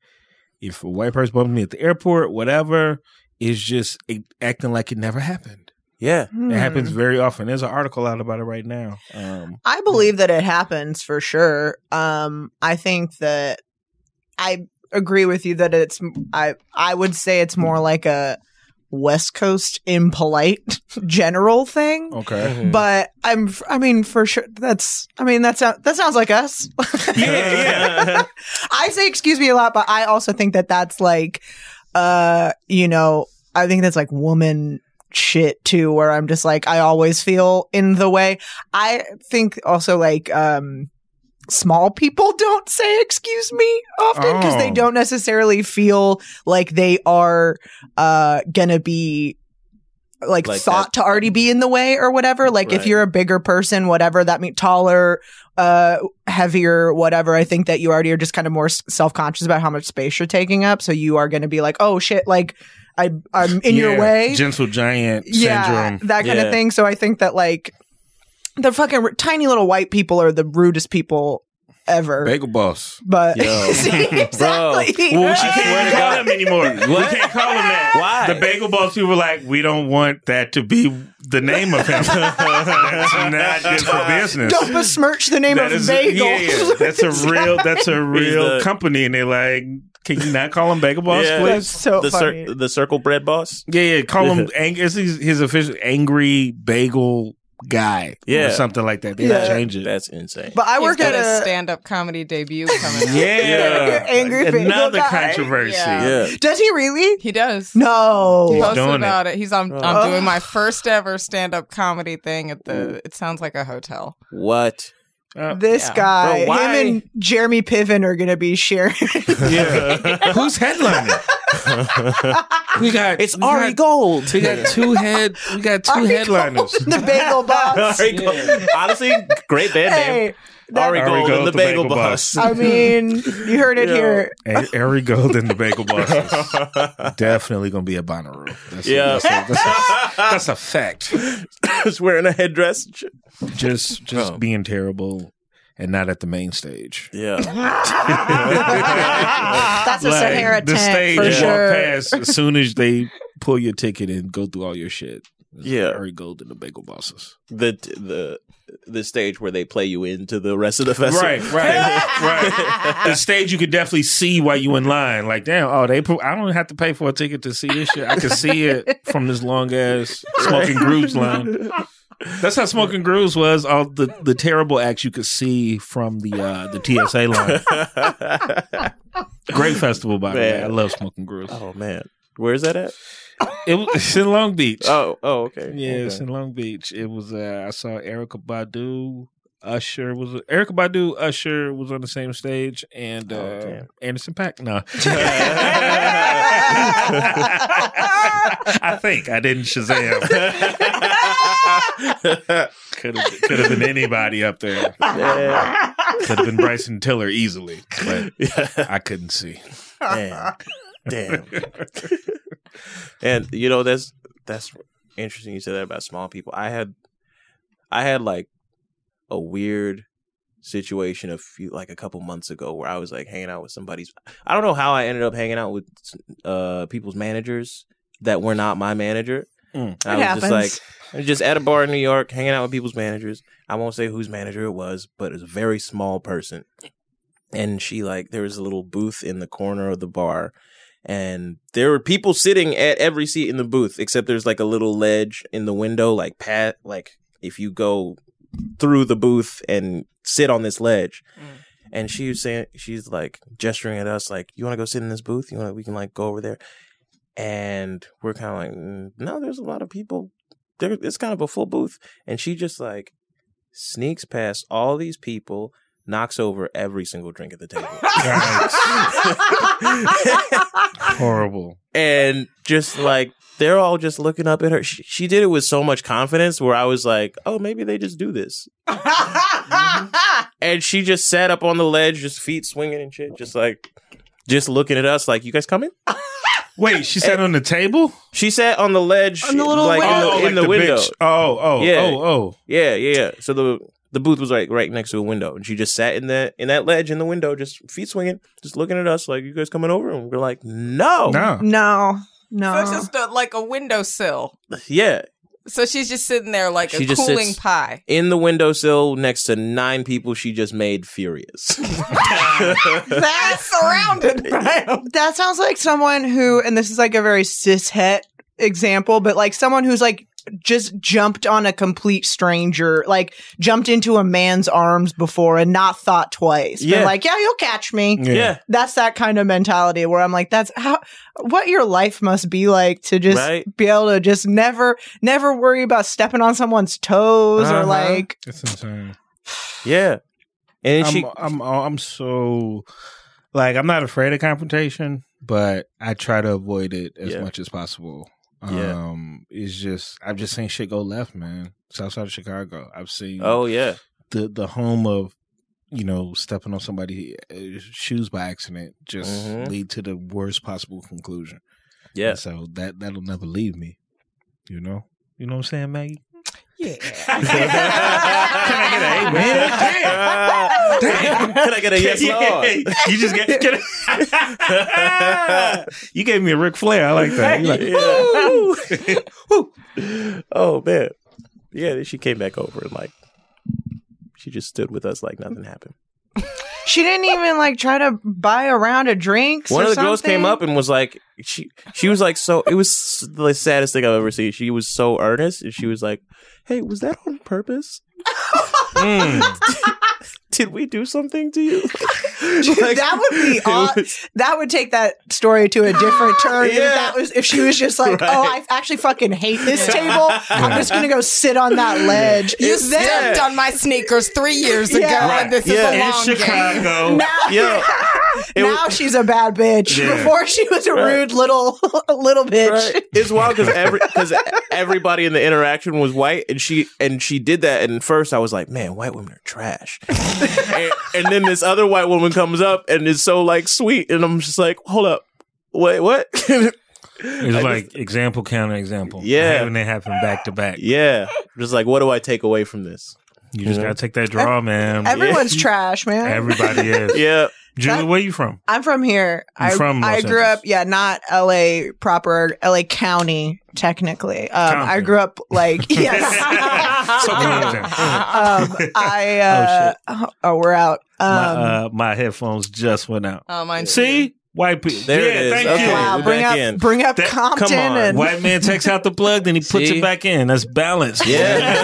S5: if a white person bumps me at the airport, whatever, it's just a- acting like it never happened.
S3: yeah.
S5: It happens very often. There's an article out about it right now. Um,
S6: I believe that it happens for sure. Um, I think that I agree with you that it's I I would say it's more like a West Coast impolite general thing.
S5: okay.
S6: But I'm I mean for sure that's I mean that's that sounds like us.
S3: yeah,
S6: I say excuse me a lot, but I also think that that's like, uh, you know, I think that's like woman shit too, where I'm just like, I always feel in the way. I think also like, um, small people don't say excuse me often because they
S5: Oh.
S6: don't necessarily feel like they are, uh, gonna be like,
S3: Like
S6: thought to already be in the way or whatever. Like if
S3: Right.
S6: you're a bigger person, whatever that means, taller, uh, heavier, whatever. I think that you already are just kind of more self conscious about how much space you're taking up. So you are going to be like, oh shit, like I, I'm in your
S5: Yeah,
S6: way.
S5: Gentle giant
S6: yeah.
S5: syndrome.
S6: That kind
S3: Yeah.
S6: of thing. So I think that like the fucking r- tiny little white people are the rudest people ever.
S5: Bagel boss.
S6: but
S3: Yo.
S6: See, exactly.
S5: Well, we
S3: swear
S5: can't
S3: to
S5: call
S3: God.
S5: them anymore. We can't call him that.
S3: Why?
S5: The bagel boss people were like, we don't want that to be the name of him. that's not good for business.
S6: Don't besmirch the name
S5: That
S6: of
S5: is-
S6: bagel.
S5: yeah, yeah. That's a real. That's a real
S3: the-
S5: company, and they're like, "Can you not call him Bagel Boss,
S3: Yeah.
S5: please?"
S6: That's so
S3: the
S6: funny.
S3: cir- the circle bread boss.
S5: Yeah, yeah. Call him. Ang- it's his, his official angry bagel guy,
S3: Yeah.
S5: or something like that. They
S6: Yeah.
S5: change it.
S3: That's insane.
S6: but I
S4: I work
S6: work at
S4: a
S6: a,
S4: stand-up comedy debut coming up.
S5: yeah,
S6: Angry bagel
S5: Another
S6: guy.
S5: controversy.
S4: Yeah.
S3: yeah,
S6: Does he really?
S4: He does.
S6: No.
S4: He
S5: He's
S4: posted
S5: doing it.
S4: about it. He's on.
S3: Oh.
S4: I'm doing my first ever stand-up comedy thing at the. It sounds like a hotel.
S3: what?
S5: Uh,
S6: This
S4: Yeah.
S6: guy,
S3: Bro, why-
S6: him and Jeremy Piven are gonna be sharing.
S5: Yeah. Who's headlining? we got
S3: It's
S5: we
S3: Ari
S5: got-
S3: Gold.
S5: We got two head. We got two
S6: Ari
S5: headliners.
S6: Gold, the bagel boss.
S3: Ari Gold. Honestly, great band name.
S6: hey, that-
S3: Ari,
S5: Ari
S3: Gold, and the Bagel, Boss.
S6: I mean, you heard it
S3: Yo.
S6: here.
S5: A- Ari Gold and the Bagel Boss is definitely gonna be a Bonnaroo. That's
S3: Yeah.
S5: a, that's, a, that's, a, that's a fact.
S3: Just wearing a headdress.
S5: Just just
S3: Bro.
S5: being terrible and not at the main stage.
S3: Yeah.
S6: That's a Sahara
S5: the stage walk
S6: tent for sure.
S5: past as soon as they pull your ticket and go through all your shit. It's
S3: Yeah.
S5: Ari Gold and the Bagel Bosses.
S3: The the the stage where they play you into the rest of the festival.
S5: right, right. the stage you could definitely see while you in line. Like, damn, oh, they. Pro- I don't have to pay for a ticket to see this shit. I can see it from this long ass smoking grooves line. That's how smoking grooves was. All the the terrible acts you could see from the uh, the TSA line. Great festival, by the way.
S3: Man.
S5: I love smoking grooves.
S3: Oh man, where is that at?
S5: It was it's in Long Beach.
S3: Oh, oh, okay.
S5: yeah,
S3: Okay.
S5: it's in Long Beach. It was. Uh, I saw Erica Badu. Usher was Erica Badu. Usher was on the same stage, and uh,
S3: Oh, damn.
S5: Anderson Pack. No,
S7: I think I didn't Shazam. Could have could have been anybody up there.
S3: Yeah.
S7: Could have been Bryson Tiller easily, but
S3: Yeah.
S7: I couldn't see.
S3: Damn. Damn. and you know that's that's interesting you said that about small people. I had I had like a weird situation a few like a couple months ago where I was like hanging out with somebody's I don't know how I ended up hanging out with uh people's managers that were not my manager.
S5: Mm.
S3: I
S6: It
S3: was
S6: happens.
S3: just like I was just at a bar in New York, hanging out with people's managers. I won't say whose manager it was, but it's a very small person. And she like there was a little booth in the corner of the bar, and there were people sitting at every seat in the booth, except there's like a little ledge in the window, like pat, like if you go through the booth and sit on this ledge. And she was saying, she's like gesturing at us, like, "You want to go sit in this booth? You want? to We can like go over there." And we're kind of like, "Mm, "No, there's a lot of people. There, it's kind of a full booth." And she just like sneaks past all these people, knocks over every single drink at the table,
S7: Horrible.
S3: and just like they're all just looking up at her. She, she did it with so much confidence, where I was like, "Oh, maybe they just do this." and she just sat up on the ledge, just feet swinging and shit, just like, just looking at us, like, "You guys coming?"
S7: Wait, she sat on the table? Oh,
S3: She sat on the ledge,
S6: On the little
S3: like in
S6: window.
S3: the, in the
S7: big
S3: window.
S7: sh- Oh, oh,
S3: Yeah.
S7: oh, oh.
S3: Yeah, yeah, yeah. So the the booth was like right next to a window, and she just sat in that in that ledge in the window, just feet swinging, just looking at us like, "You guys coming over?" And we're like, "No,
S7: No.
S6: No, no.
S4: So it's just a, like a windowsill.
S3: yeah."
S4: So she's just sitting there like
S3: She
S4: a
S3: just
S4: cooling
S3: sits-
S4: pie.
S3: In the windowsill next to nine people, she just made furious.
S4: That's surrounded by them.
S6: that sounds like someone who, and this is like a very cishet example, but like someone who's like just jumped on a complete stranger, like jumped into a man's arms before and not thought twice. Yeah.
S3: Yeah.
S6: like, yeah, you'll catch me.
S3: yeah,
S6: That's that kind of mentality where I'm like, that's how what your life must be like to just
S3: Right.
S6: be able to just never, never worry about stepping on someone's toes or
S3: Uh-huh.
S6: like,
S7: That's insane.
S3: yeah. And
S7: I'm,
S3: she,
S7: I'm, I'm so, like, I'm not afraid of confrontation, but I try to avoid it as
S3: Yeah.
S7: much as possible.
S3: Yeah.
S7: Um, it's just, I've just seen shit go left, man. South side of Chicago. I've seen
S3: oh yeah,
S7: the, the home of, you know, stepping on somebody's shoes by accident just
S3: Mhm.
S7: lead to the worst possible conclusion.
S3: yeah.
S7: And So that that'll never leave me. You know? You know what I'm saying, Maggie?
S3: Can I get an amen? Can I get a yes, Lord?
S7: you just get, get You gave me a Ric Flair. I like that. You're like,
S3: Yeah. Woo. oh man, yeah. then She came back over and like she just stood with us like nothing happened.
S6: she didn't even like try to buy a round of drinks.
S3: One
S6: or
S3: of the girls came
S6: something.
S3: up and was like, she she was like so. It was the saddest thing I've ever seen. She was so earnest, and she was like, "Hey, was that on purpose?
S6: Hmm.
S3: Did we do something to you?" Like,
S6: that would be
S3: it
S6: odd.
S3: was-
S6: that would take that story to a different turn. If
S3: Yeah.
S6: that was if she was just like,
S3: Right.
S6: "Oh, I actually fucking hate this table. I'm just gonna go sit on that ledge."
S4: You
S6: Is that-
S4: stepped on my sneakers three years ago,
S6: Yeah.
S4: and this
S3: Yeah. In
S4: is a long game.
S6: now,
S3: Yeah. It
S6: now she's a bad bitch. Before she was a rude little little bitch.
S3: Right. It's wild because every because everybody in the interaction was white, and she and she did that. And first, I was like, "Man, white women are trash." and, and then this other white woman comes up and is so like sweet, and I'm just like, "Hold up, wait, what?"
S5: it's like example counter example.
S3: Yeah.
S5: when they happen back to back,
S3: yeah, just like, what do I take away from this?
S5: you just gotta take that draw, man.
S6: Everyone's trash, man.
S5: Everybody is.
S3: Yeah,
S4: Um,
S5: Julie, where you from?
S6: I'm from here.
S5: I'm
S6: I,
S5: from
S6: I
S5: Los
S6: grew
S5: Angeles.
S6: up, yeah, not LA proper, LA County, technically. Um, I
S5: Compton.
S6: grew up like, yes.
S5: So confusing.
S6: um, I, uh, oh, we're out. Um,
S5: my, uh, my headphones just went out.
S4: Oh, mine.
S5: See, white people.
S3: There it
S5: yeah,
S3: is.
S5: Thank
S3: Okay.
S5: you.
S6: wow,
S3: we're
S6: bring
S3: back
S6: up,
S3: in.
S6: bring up
S5: That- come
S6: Compton
S3: on.
S6: and
S5: White man takes out the plug, then he puts
S3: See?
S5: it back in. That's balance.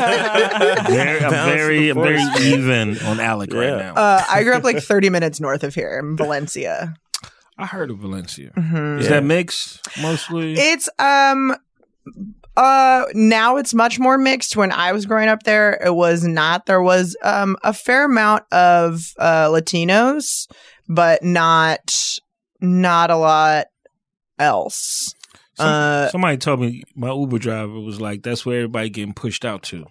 S3: yeah.
S5: Very, I'm
S3: Balance
S5: very,
S3: of
S5: I'm
S3: the
S5: very
S3: force.
S5: even on Alec
S3: Yeah.
S5: right now.
S6: uh, I grew up like 30 minutes north of here in Valencia.
S5: I heard of Valencia.
S6: Mhm.
S5: Is
S3: Yeah.
S5: that mixed mostly?
S6: It's um uh now it's much more mixed. When I was growing up there, it was not. There was um a fair amount of uh Latinos, but not not a lot else.
S5: Some-
S6: uh
S5: Somebody told me my Uber driver was like, "That's where everybody getting pushed out to."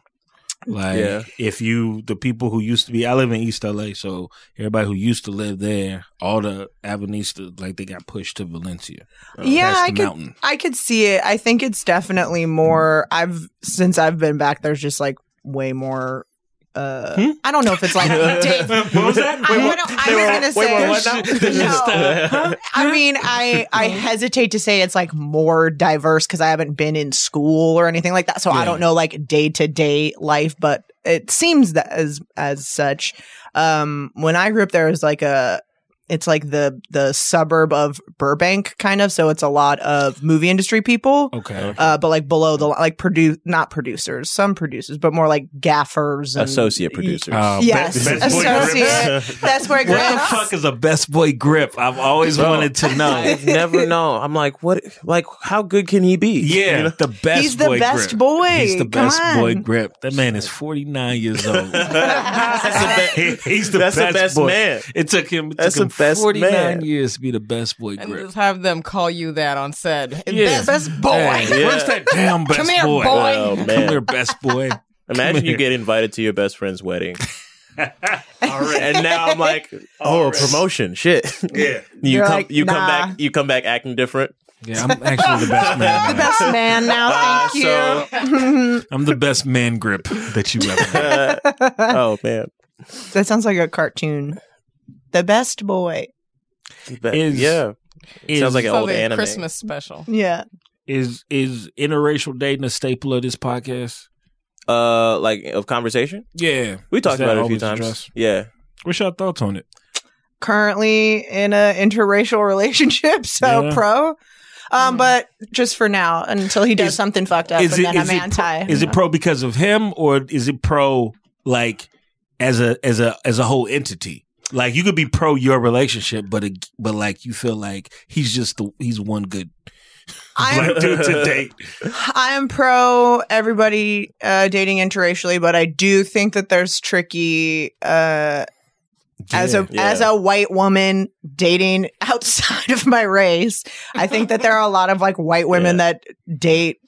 S5: Like,
S3: Yeah.
S5: if you the people who used to be, I live in East LA, so everybody who used to live there, all the Avenista, like they got pushed to Valencia. Uh,
S6: Yeah,
S5: past
S6: I
S5: the
S6: could-
S5: mountain.
S6: I could see it. I think it's definitely more I've since I've been back there's just like way more uh
S5: Hmm?
S6: I don't know if it's like Dave,
S3: what was that?
S6: I, don't- I was gonna say I mean, I I hesitate to say it's like more diverse because I haven't been in school or anything like that, so I
S5: Yeah.
S6: don't know like day to day life, but it seems that as as such. Um, when I grew up, there was like a it's like the the suburb of Burbank kind of, so it's a lot of movie industry people.
S5: Okay,
S6: Uh, but like below the li- like produce not producers, some producers, but more like gaffers, and,
S3: Associate producers.
S5: Uh,
S6: Yes,
S5: Best- Best Boy
S6: associate. That's where it
S5: What the
S6: goes.
S5: fuck is a best boy grip? I've always
S3: Bro.
S5: wanted to know.
S3: I've never known. I'm like, what? Like, how good can he be?
S5: Yeah, the best.
S6: He's the
S5: boy
S6: best
S5: grip.
S6: boy.
S5: He's the
S6: Come
S5: best boy
S6: on.
S5: grip. That man is forty nine years old.
S3: That's the be-
S5: He's the
S3: That's the
S5: best,
S3: best
S5: boy.
S3: man.
S5: It took him, it
S3: That's
S5: took him
S3: the best
S5: 49
S3: man.
S5: years to be the best boy
S4: And
S5: grip.
S4: just have them call you that on set.
S5: Yeah.
S4: Best, best boy.
S5: Hey,
S3: Yeah.
S5: Where's that damn best
S4: Come here,
S5: boy?
S4: boy.
S3: Oh,
S5: Come here,
S3: man.
S5: best boy.
S3: Imagine you
S5: here.
S3: get invited to your best friend's wedding. All right. And now I'm like, oh, a promotion, shit. Yeah. You
S6: You're
S3: come,
S6: like,
S3: you come
S6: nah.
S3: back, you come back acting different.
S5: Yeah, I'm actually the best man.
S6: the best man now.
S3: Uh,
S6: Thank you.
S5: I'm the best man grip that you ever had.
S3: Uh, oh man,
S6: That sounds like a cartoon. The best boy.
S3: That-
S5: Is-
S3: yeah, sounds like an
S4: Sounds
S3: old
S4: like a
S3: anime.
S4: Christmas special.
S6: Yeah.
S5: Is is interracial dating a staple of this podcast?
S3: Uh, like of conversation.
S5: Yeah,
S3: We
S5: Is
S3: talked
S5: that
S3: about it a few
S5: always
S3: times.
S5: addressed?
S3: Yeah,
S5: What's your thoughts on it?
S6: Currently in a interracial relationship, so
S5: Yeah.
S6: pro. Um, but just for now, until he does
S5: Is-
S6: something fucked up, and then
S5: it
S6: I'm
S5: pro-
S6: anti.
S5: is it pro because of him or is it pro like as a as a as a whole entity? Like you could be pro your relationship, but ag but like you feel like he's just the he's one good
S6: I'm
S5: black dude to date.
S6: I'm pro everybody uh, dating interracially, but I do think that there's tricky uh, as a
S3: Yeah.
S6: as a white woman dating outside of my race. I think that there are a lot of like white women that date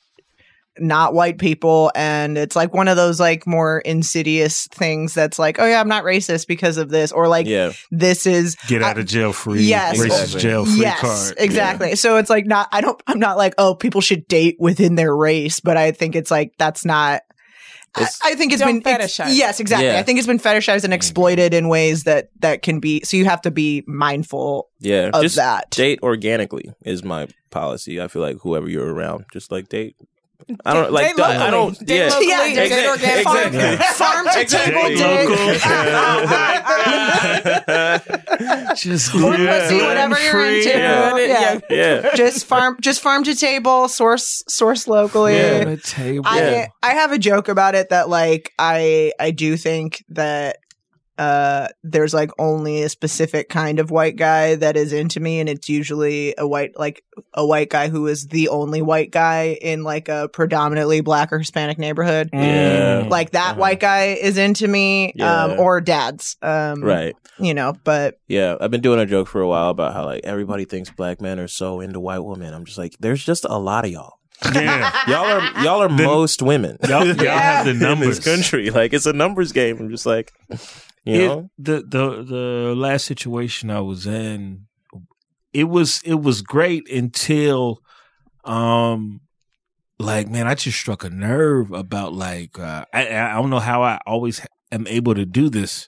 S6: not white people and it's like one of those like more insidious things that's like oh yeah i'm not racist because of this or like
S3: yeah.
S6: this is
S5: get
S6: out
S5: of jail free.
S6: Yes.
S3: racist
S5: jail
S6: yes, exactly. So it's like not. I don't. I'm not like oh, people should date within their race, but I think it's like that's not. I,
S3: It's-
S6: I think it's
S4: Don't
S6: been it's-
S4: fetishize.
S6: yes, exactly.
S3: Yeah. Mm-hmm.
S6: I think it's been fetishized and exploited in ways that that can be. So you have to be mindful
S3: Yeah,
S6: of
S3: just
S6: that.
S3: date organically is my policy. I feel like whoever you're around, just like date. I don't like.
S4: Date
S3: I don't.
S4: locally. Date
S3: yeah.
S4: locally,
S6: Yeah,
S4: date
S3: exactly,
S4: organically.
S3: exactly.
S6: Farm to
S3: Exactly.
S6: table date.
S5: Just
S6: Or pussy, whatever you're into.
S3: Yeah.
S6: Yeah.
S5: Mm.
S3: yeah.
S6: just farm, just farm to table. Source, source locally.
S5: table.
S6: I I have a joke about it that like I I do think that uh there's like only a specific kind of white guy that is into me and it's usually a white like a white guy who is the only white guy in like a predominantly black or Hispanic neighborhood.
S3: Yeah.
S5: Mm.
S6: Like that
S3: Uh-huh.
S6: white guy is into me
S3: Yeah.
S6: um or dads. Um
S3: Right.
S6: you know, but
S3: Yeah, I've been doing a joke for a while about how like everybody thinks black men are so into white women. I'm just like, there's just a lot of y'all.
S5: yeah.
S3: Y'all are y'all are most women.
S5: Y'all, y'all have the
S3: in this
S5: numbers.
S3: country. Like it's a numbers game. I'm just like, you
S5: It-
S3: know,
S5: the the the last situation I was in, it was it was great until, um, like man, I just struck a nerve about like uh, I I I don't know how I always ha- am able to do this.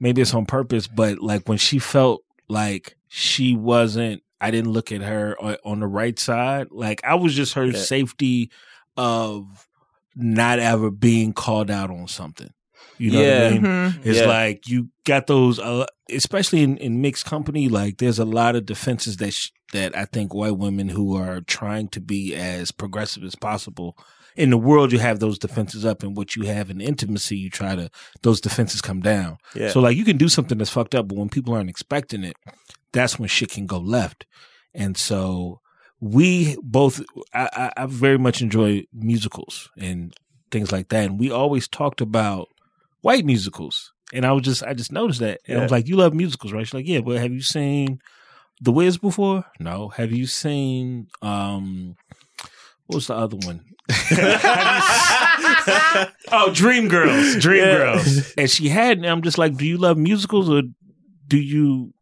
S5: Maybe it's on purpose, but like when she felt like she wasn't, I didn't look at her on, on the right side. Like I was just her
S3: Yeah.
S5: safety of not ever being called out on something. You know what
S3: Yeah.
S5: I mean?
S6: mhm.
S5: It's
S3: Yeah.
S5: like you got those, uh, especially in, in mixed company. Like there's a lot of defenses that sh- that I think white women who are trying to be as progressive as possible in the world, you have those defenses up, and what you have in intimacy, you try to those defenses come down.
S3: yeah,
S5: So like you can do something that's fucked up, but when people aren't expecting it, that's when shit can go left. And so we both, I, I, I very much enjoy musicals and things like that. And we always talked about white musicals. And I was just, I just noticed that. And I was like, you love musicals, right? She's like, yeah, but have you seen The Wiz before? No. Have you seen, um, what was the other one? oh, Dream Girls, Dream
S3: Yeah.
S5: Girls. And she had, and I'm just like, do you love musicals or do you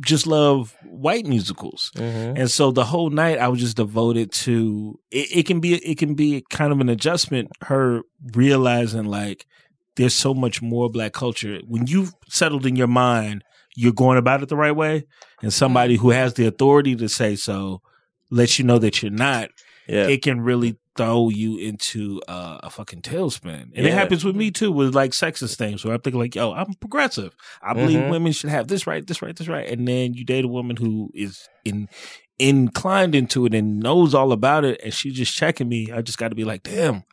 S5: just love white musicals?
S3: Mm-hmm.
S5: And so the whole night I was just devoted to it, it can be it can be kind of an adjustment, her realizing like there's so much more black culture. When you've settled in your mind, you're going about it the right way. And somebody who has the authority to say so lets you know that you're not,
S3: Yeah.
S5: it can really throw you into uh, a fucking tailspin. And it
S3: Yeah.
S5: happens with me too, with like sexist things where I'm thinking like, yo, I'm progressive. I believe
S3: Mhm.
S5: women should have this right, this right, this right. And then you date a woman who is in inclined into it and knows all about it and she just checking me. I just gotta be like, damn.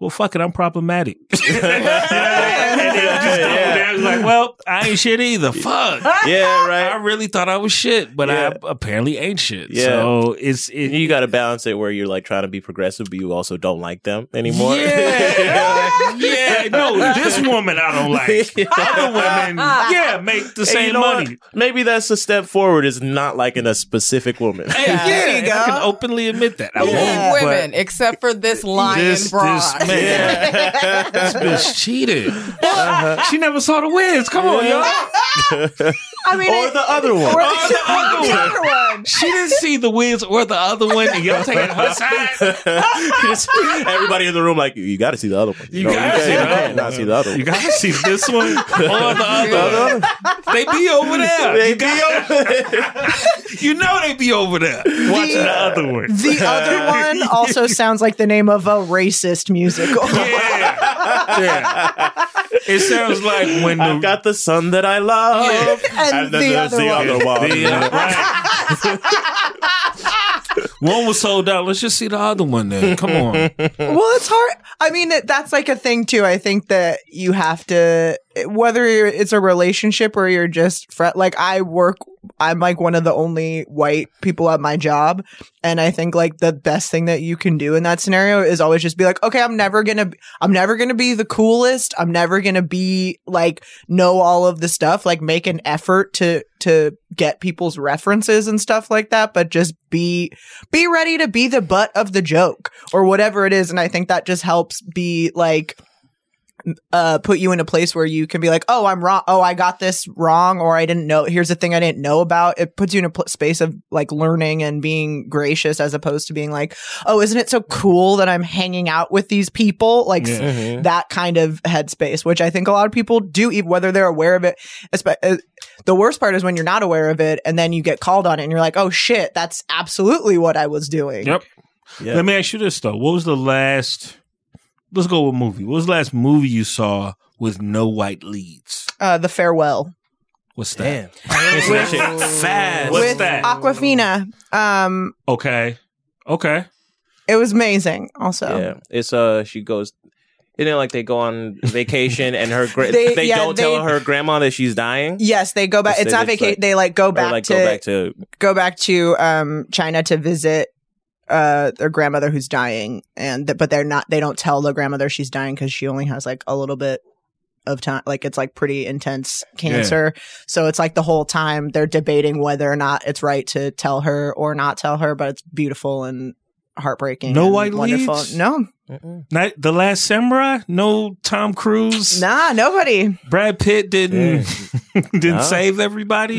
S5: Well, fuck it, I'm problematic. and then I just go
S3: Yeah.
S5: there, I was like, well, I ain't shit either. Fuck.
S3: yeah,
S5: I
S3: right.
S5: really thought I was shit, but
S3: Yeah.
S5: I apparently ain't shit.
S3: Yeah.
S5: So it's it,
S3: You got to balance it where you're like trying to be progressive, but you also don't like them anymore.
S5: Yeah, yeah. No, this woman I don't like. Other women, yeah, make the
S3: Hey,
S5: same
S3: you know what?
S5: money.
S3: Maybe that's a step forward. Is not liking a specific woman.
S5: Hey, yeah,
S6: There you
S5: and I
S6: go.
S5: can openly admit that. I
S4: All
S5: won't. but
S4: women, except for this lion
S5: This,
S4: broad.
S5: this man, this bitch cheated. She never saw the wins. Come on, y'all.
S6: I mean,
S3: or
S6: it-
S3: the other one.
S6: or
S5: Or the other
S6: the other one.
S5: She didn't see the wins or the other one, and y'all taking her side.
S3: Everybody in the room like you got to see the other one.
S5: You gotta
S3: can't-
S5: see the
S3: can't
S5: other
S3: not
S5: one.
S3: see the other one.
S5: You gotta see this one or the other. one. They be over there.
S3: They be over-
S5: You know they be over there watching the other one.
S6: The other one also sounds like the name of a racist musical.
S5: Yeah. yeah. It sounds like when the,
S3: I've got the son that I love,
S6: And the other one.
S3: one.
S5: the, uh, right. one was sold out. Let's just see the other one then. Come on.
S6: well, it's hard. I mean, it, that's like a thing too. I think that you have to, whether you're, it's a relationship or you're just fret. Like I work, I'm like one of the only white people at my job, and I think like the best thing that you can do in that scenario is always just be like, okay, I'm never gonna, I'm never gonna be the coolest. I'm never gonna be like know all of the stuff. Like make an effort to to get people's references and stuff like that, but just be be ready to be the butt of the joke or whatever it is and i think that just helps be like uh put you in a place where you can be like oh i'm wrong oh i got this wrong or i didn't know here's a thing i didn't know about it puts you in a pl- space of like learning and being gracious as opposed to being like oh isn't it so cool that i'm hanging out with these people like s-
S5: Mm-hmm.
S6: that kind of headspace which i think a lot of people do even whether they're aware of it espe- uh, the worst part is when you're not aware of it and then you get called on it and you're like oh shit that's absolutely what i was doing
S5: Yep.
S3: Yeah.
S5: Let me ask you this though. What was the last let's go with movie. What was the last movie you saw with no white leads?
S6: uh, the farewell
S5: What's that?
S3: That shit
S5: Fast.
S3: What's
S5: What's
S6: with
S5: that?
S6: Aquafina. Um,
S5: okay. Okay.
S6: it was amazing. Also,
S3: Yeah, it's uh, she goes. Isn't it like they go on vacation and her gra- they,
S6: They- yeah,
S3: don't
S6: they-
S3: tell her grandma that she's dying?
S6: yes, they go back.
S3: They
S6: It's not
S3: did,
S6: vacation.
S3: like-
S6: they like go back
S3: or like
S6: to
S3: go back to
S6: to um China to visit uh their grandmother who's dying, and th- but they're not. They don't tell the grandmother she's dying because she only has like a little bit of time. Like it's like pretty intense cancer, so it's like the whole time they're debating whether or not it's right to tell her or not tell her. But it's beautiful and heartbreaking.
S5: No
S6: and
S5: white
S6: wonderful.
S5: leads?
S6: No,
S5: Night, the last samurai? No Tom Cruise?
S6: nah, nobody.
S5: Brad Pitt didn't didn't
S3: No.
S5: save everybody.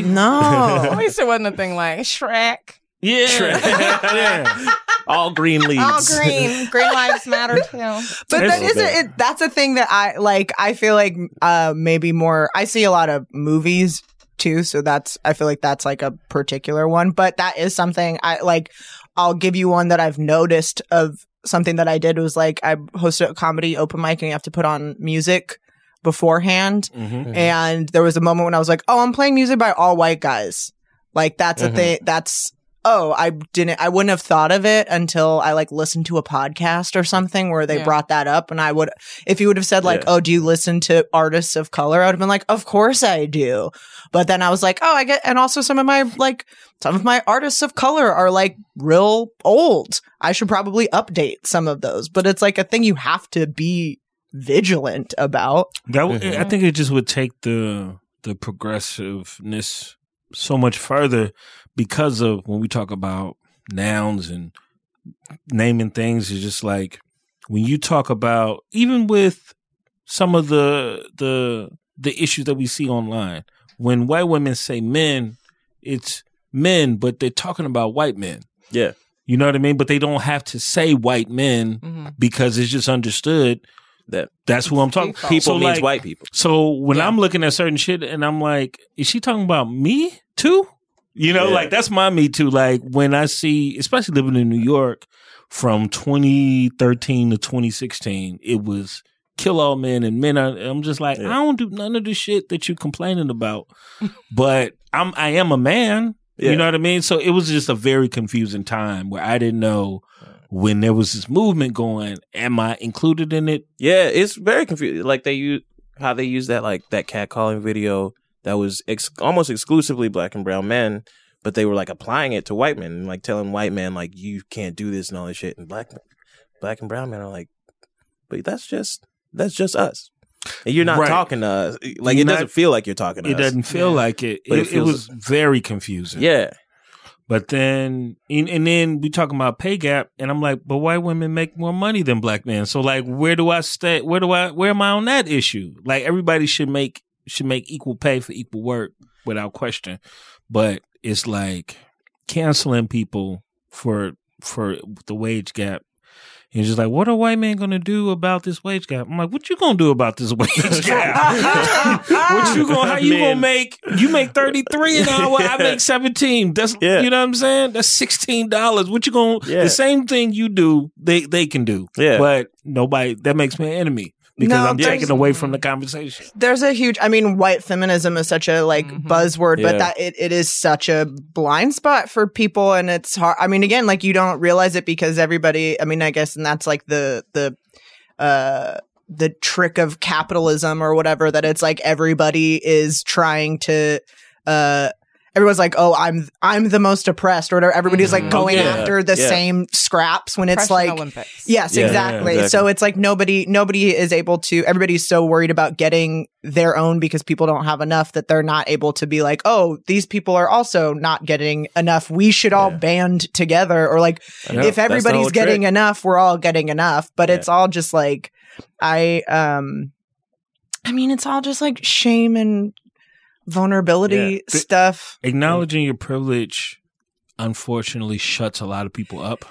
S4: At
S6: No.
S4: least it wasn't a thing like Shrek.
S5: Yeah, yeah.
S3: all green leaves.
S4: All green. Green lives matter too.
S6: but that
S3: Terrible.
S6: isn't it that's a thing that I like I feel like uh maybe more I see a lot of movies too, so that's I feel like that's like a particular one. But that is something I like I'll give you one that I've noticed of something that I did was like I hosted a comedy open mic and you have to put on music beforehand
S3: Mm-hmm.
S5: Mhm.
S6: and there was a moment when I was like, "Oh, I'm playing music by all white guys." Like that's
S3: Mhm.
S6: a thing. That's oh, I didn't, I wouldn't have thought of it until I like listened to a podcast or something where they
S4: Yeah.
S6: brought that up. And I would, if you would have said like, oh, do you listen to artists of color? I would have been like, of course I do. But then I was like, oh, I get, and also some of my like, some of my artists of color are like real old. I should probably update some of those, but it's like a thing you have to be vigilant about.
S5: That w
S3: Mm-hmm.
S5: I I think it just would take the the progressiveness so much further because of when we talk about nouns and naming things is just like when you talk about even with some of the the the issues that we see online when white women say men it's men but they're talking about white men
S3: Yeah.
S5: you know what i mean but they don't have to say white men
S4: Mhm.
S5: because it's just understood
S3: That
S5: that's who i'm talking
S4: Default.
S3: people
S5: So,
S3: means
S5: like,
S3: white people.
S5: so when
S4: Yeah.
S5: I'm looking at certain shit and I'm like, is she talking about me too? You know,
S3: Yeah.
S5: like that's my me too. Like when I see, especially living in New York from 2013 to 2016, it was kill all men and men. Are, I'm just like,
S3: Yeah.
S5: I don't do none of the shit that you complaining about, but I'm I am a man.
S3: Yeah.
S5: You know what I mean? So it was just a very confusing time where I didn't know when there was this movement going. Am I included in it?
S3: Yeah, it's very confusing. Like they use how they use that like that catcalling video that was ex- almost exclusively black and brown men, but they were like applying it to white men and like telling white men like you can't do this and all this shit. And black black and brown men are like, but that's just that's just us. And you're not
S5: Right.
S3: talking to us. Like
S5: You're
S3: it doesn't
S5: not-
S3: feel like you're talking to
S5: It
S3: us.
S5: doesn't feel
S4: Yeah.
S5: like it.
S3: But
S5: It,
S3: it
S5: it
S3: feels-
S5: was very confusing.
S3: Yeah,
S5: But then, and, and then we talking about pay gap, and I'm like, but white women make more money than black men. So like, where do I stay? Where do I? Where am I on that issue? Like everybody should make should make equal pay for equal work without question. But it's like canceling people for for the wage gap. And it's just like, what are white men gonna do about this wage gap? I'm like, what you gonna do about this wage gap?
S3: Ah.
S5: what you gonna how you
S3: Man.
S5: gonna make you make thirty three an hour, I
S3: Yeah.
S5: make 17 that's
S3: Yeah.
S5: you know what i'm saying that's 16 dollars what you gonna
S3: Yeah.
S5: the same thing you do they they can do
S3: Yeah.
S5: but nobody that makes me an enemy because
S6: No,
S5: i'm
S3: there's-
S5: taking away from the conversation
S6: there's a huge i mean white feminism is such a like
S4: Mhm.
S6: buzzword
S3: Yeah.
S6: but that it, it is such a blind spot for people and it's hard i mean again like you don't realize it because everybody i mean i guess and that's like the the uh the trick of capitalism or whatever that it's like everybody is trying to uh everyone's like oh i'm i'm the most oppressed or whatever everybody's
S4: Mhm.
S6: like going
S5: Yeah.
S6: after the
S3: Yeah.
S6: same scraps when it's
S4: Depression
S6: like
S4: Olympics.
S6: Yes,
S3: Yeah, yeah,
S6: exactly.
S3: exactly.
S6: So it's like nobody nobody is able to everybody's so worried about getting their own because people don't have enough that they're not able to be like, "Oh, these people are also not getting enough. We should all
S3: Yeah.
S6: band together." Or like
S3: I know. That's
S6: if
S3: the
S6: everybody's
S3: whole
S6: getting
S3: trick.
S6: enough, we're all getting enough, but
S3: Yeah.
S6: it's all just like I um I mean, it's all just like shame and vulnerability
S5: Yeah.
S6: stuff.
S5: acknowledging your privilege unfortunately shuts a lot of people up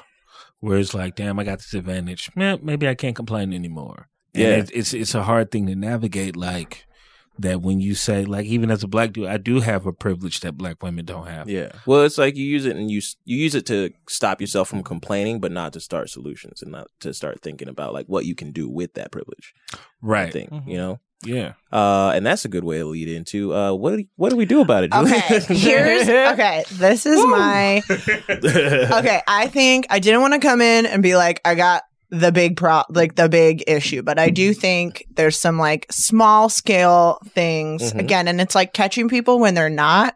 S5: where it's like damn i got this advantage Man, maybe i can't complain anymore And
S3: Yeah.
S5: it, it's it's a hard thing to navigate like that when you say like even as a black dude i do have a privilege that black women don't have
S3: yeah. Well, it's like you use it and you s- you use it to stop yourself from complaining, but not to start solutions and not to start thinking about like what you can do with that privilege.
S5: right
S3: Thing,
S4: Mhm.
S6: Mm-hmm.
S3: you know.
S5: yeah
S3: Uh, and that's a good way to lead into uh, what do, what do we do about it? Julie?
S6: Okay, here's okay. This is my okay, I think I didn't want to come in and be like, I got the big pro, like the big issue, but I do think there's some like small scale things
S3: Mhm.
S6: again, and it's like catching people when they're not.